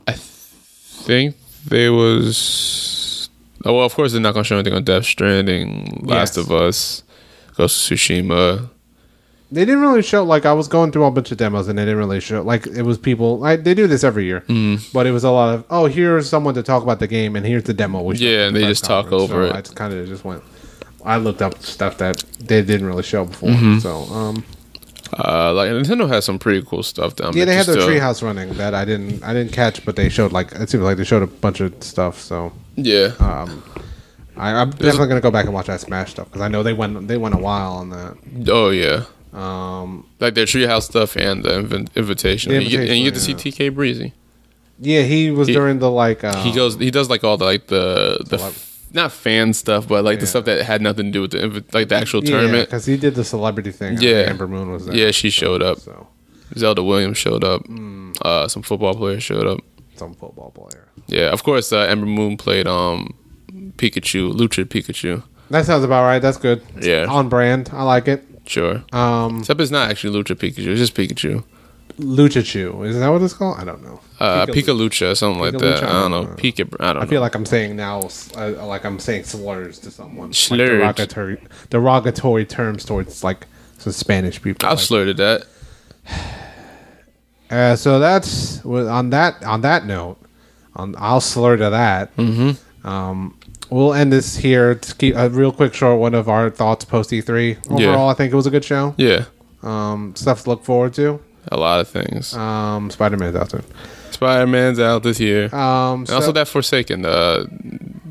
[SPEAKER 2] I th- think they was. Oh, well, of course they're not gonna show anything on Death Stranding, Last
[SPEAKER 1] Yes.
[SPEAKER 2] of Us, Ghost of Tsushima.
[SPEAKER 1] They didn't really show like I was going through a bunch of demos and they didn't really show like it was people like they do this every year,
[SPEAKER 2] Mm.
[SPEAKER 1] but it was a lot of oh here's someone to talk about the game and here's the demo. we showed
[SPEAKER 2] Yeah,
[SPEAKER 1] at
[SPEAKER 2] and
[SPEAKER 1] the
[SPEAKER 2] they
[SPEAKER 1] press
[SPEAKER 2] just talk
[SPEAKER 1] conference.
[SPEAKER 2] over
[SPEAKER 1] So
[SPEAKER 2] it.
[SPEAKER 1] I just kind of just went. I looked up stuff that they didn't really show before.
[SPEAKER 2] Mm-hmm.
[SPEAKER 1] So um,
[SPEAKER 2] Uh, like Nintendo has some pretty cool stuff. That I'm
[SPEAKER 1] yeah, they had
[SPEAKER 2] interested-
[SPEAKER 1] their treehouse running that I didn't I didn't catch, but they showed like it seemed like they showed a bunch of stuff. So
[SPEAKER 2] Yeah,
[SPEAKER 1] um, I, I'm definitely gonna go back and watch that Smash stuff because I know they went they went a while on that.
[SPEAKER 2] Oh yeah,
[SPEAKER 1] Um,
[SPEAKER 2] like their treehouse stuff and the inv- invitation.
[SPEAKER 1] The
[SPEAKER 2] and, you get, and you get to see
[SPEAKER 1] Invitational,
[SPEAKER 2] TK Breezy.
[SPEAKER 1] yeah, he was
[SPEAKER 2] He-
[SPEAKER 1] during the like uh,
[SPEAKER 2] he goes. He does like all the like the the
[SPEAKER 1] Celeb-
[SPEAKER 2] f- not fan stuff, but like the
[SPEAKER 1] Yeah.
[SPEAKER 2] stuff that had nothing to do with the inv- like the actual tournament.
[SPEAKER 1] because he did the celebrity thing. Yeah,
[SPEAKER 2] Yeah.
[SPEAKER 1] Amber Moon was there.
[SPEAKER 2] Yeah, she showed up.
[SPEAKER 1] So
[SPEAKER 2] Zelda Williams showed up.
[SPEAKER 1] Hmm.
[SPEAKER 2] Uh, some football players showed up.
[SPEAKER 1] some football player.
[SPEAKER 2] Yeah, of course. Uh, Ember Moon played um Pikachu, Lucha Pikachu.
[SPEAKER 1] That sounds about right. That's good.
[SPEAKER 2] Yeah.
[SPEAKER 1] on brand. I like it.
[SPEAKER 2] Sure.
[SPEAKER 1] Um,
[SPEAKER 2] Except it's not actually Lucha Pikachu. It's just Pikachu.
[SPEAKER 1] Luchachu. Is that what it's called? I don't know.
[SPEAKER 2] Uh,
[SPEAKER 1] Pikachu.
[SPEAKER 2] Pika Lucha, something like
[SPEAKER 1] Pika
[SPEAKER 2] that.
[SPEAKER 1] Lucha? uh,
[SPEAKER 2] I don't know. Pika. I don't
[SPEAKER 1] I feel
[SPEAKER 2] know.
[SPEAKER 1] like I'm saying now, uh, like I'm saying slurs to someone. Like
[SPEAKER 2] Slurs.
[SPEAKER 1] derogatory, derogatory terms towards like some Spanish people.
[SPEAKER 2] I've
[SPEAKER 1] Like,
[SPEAKER 2] slurred at that.
[SPEAKER 1] Uh, so that's well, on that on that note. On I'll slur to that. Mm-hmm. Um, we'll end this here. To keep a real quick short one of our thoughts post E3. Overall,
[SPEAKER 2] Yeah.
[SPEAKER 1] I think it was a good show.
[SPEAKER 2] Yeah,
[SPEAKER 1] Um, stuff to look forward to.
[SPEAKER 2] a lot of things.
[SPEAKER 1] Um, Spider Man's out there.
[SPEAKER 2] Spider Man's out this year.
[SPEAKER 1] Um,
[SPEAKER 2] And also,
[SPEAKER 1] so-
[SPEAKER 2] that Forsaken uh,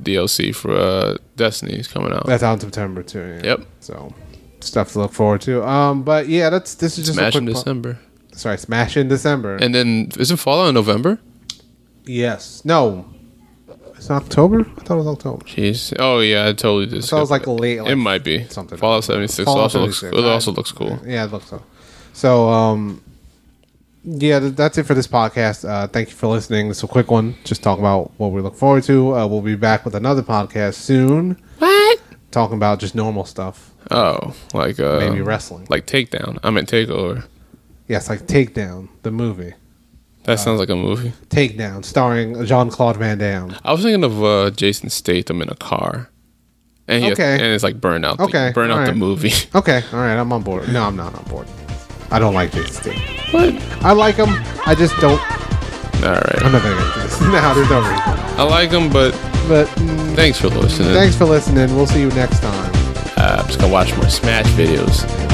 [SPEAKER 2] DLC for uh, Destiny is coming out.
[SPEAKER 1] that's out in September too. yeah.
[SPEAKER 2] Yep.
[SPEAKER 1] So stuff to look forward to. Um, but yeah, that's this is just
[SPEAKER 2] Smash
[SPEAKER 1] a
[SPEAKER 2] in
[SPEAKER 1] quick po-
[SPEAKER 2] December.
[SPEAKER 1] Sorry, Smash in December.
[SPEAKER 2] And then, isn't Fallout in November?
[SPEAKER 1] yes. No. It's October. I thought it was October.
[SPEAKER 2] Jeez. Oh, yeah, I totally just.
[SPEAKER 1] Sounds like late.
[SPEAKER 2] it
[SPEAKER 1] like,
[SPEAKER 2] might be.
[SPEAKER 1] something.
[SPEAKER 2] Fallout 76
[SPEAKER 1] Fallout
[SPEAKER 2] also, Looks,
[SPEAKER 1] 76.
[SPEAKER 2] it also looks cool.
[SPEAKER 1] Yeah, it looks so. So, um, yeah, th- that's it for this podcast. Uh, thank you for listening. This is a quick one. Just talk about what we look forward to. Uh, we'll be back with another podcast soon. What? Talking about just normal stuff,
[SPEAKER 2] Oh, like. Uh,
[SPEAKER 1] maybe wrestling.
[SPEAKER 2] Like Takedown. I meant Takeover.
[SPEAKER 1] Yes, like Takedown, the movie.
[SPEAKER 2] That
[SPEAKER 1] Oh.
[SPEAKER 2] sounds like a movie.
[SPEAKER 1] Takedown, starring Jean Claude Van Damme.
[SPEAKER 2] I was thinking of uh, Jason Statham in a car. And, he
[SPEAKER 1] Okay.
[SPEAKER 2] and it's like Burnout. The,
[SPEAKER 1] Okay,
[SPEAKER 2] Burnout the
[SPEAKER 1] alright.
[SPEAKER 2] movie.
[SPEAKER 1] Okay, all right, I'm on board. No, I'm not on board. I don't like Jason Statham.
[SPEAKER 2] what?
[SPEAKER 1] I like him. I just don't.
[SPEAKER 2] All
[SPEAKER 1] I'm
[SPEAKER 2] right.
[SPEAKER 1] not gonna get into this. No, there's no reason.
[SPEAKER 2] I like him, but
[SPEAKER 1] But mm,
[SPEAKER 2] thanks for listening.
[SPEAKER 1] thanks for listening. We'll see you next time.
[SPEAKER 2] Uh, I'm just going to watch more Smash videos.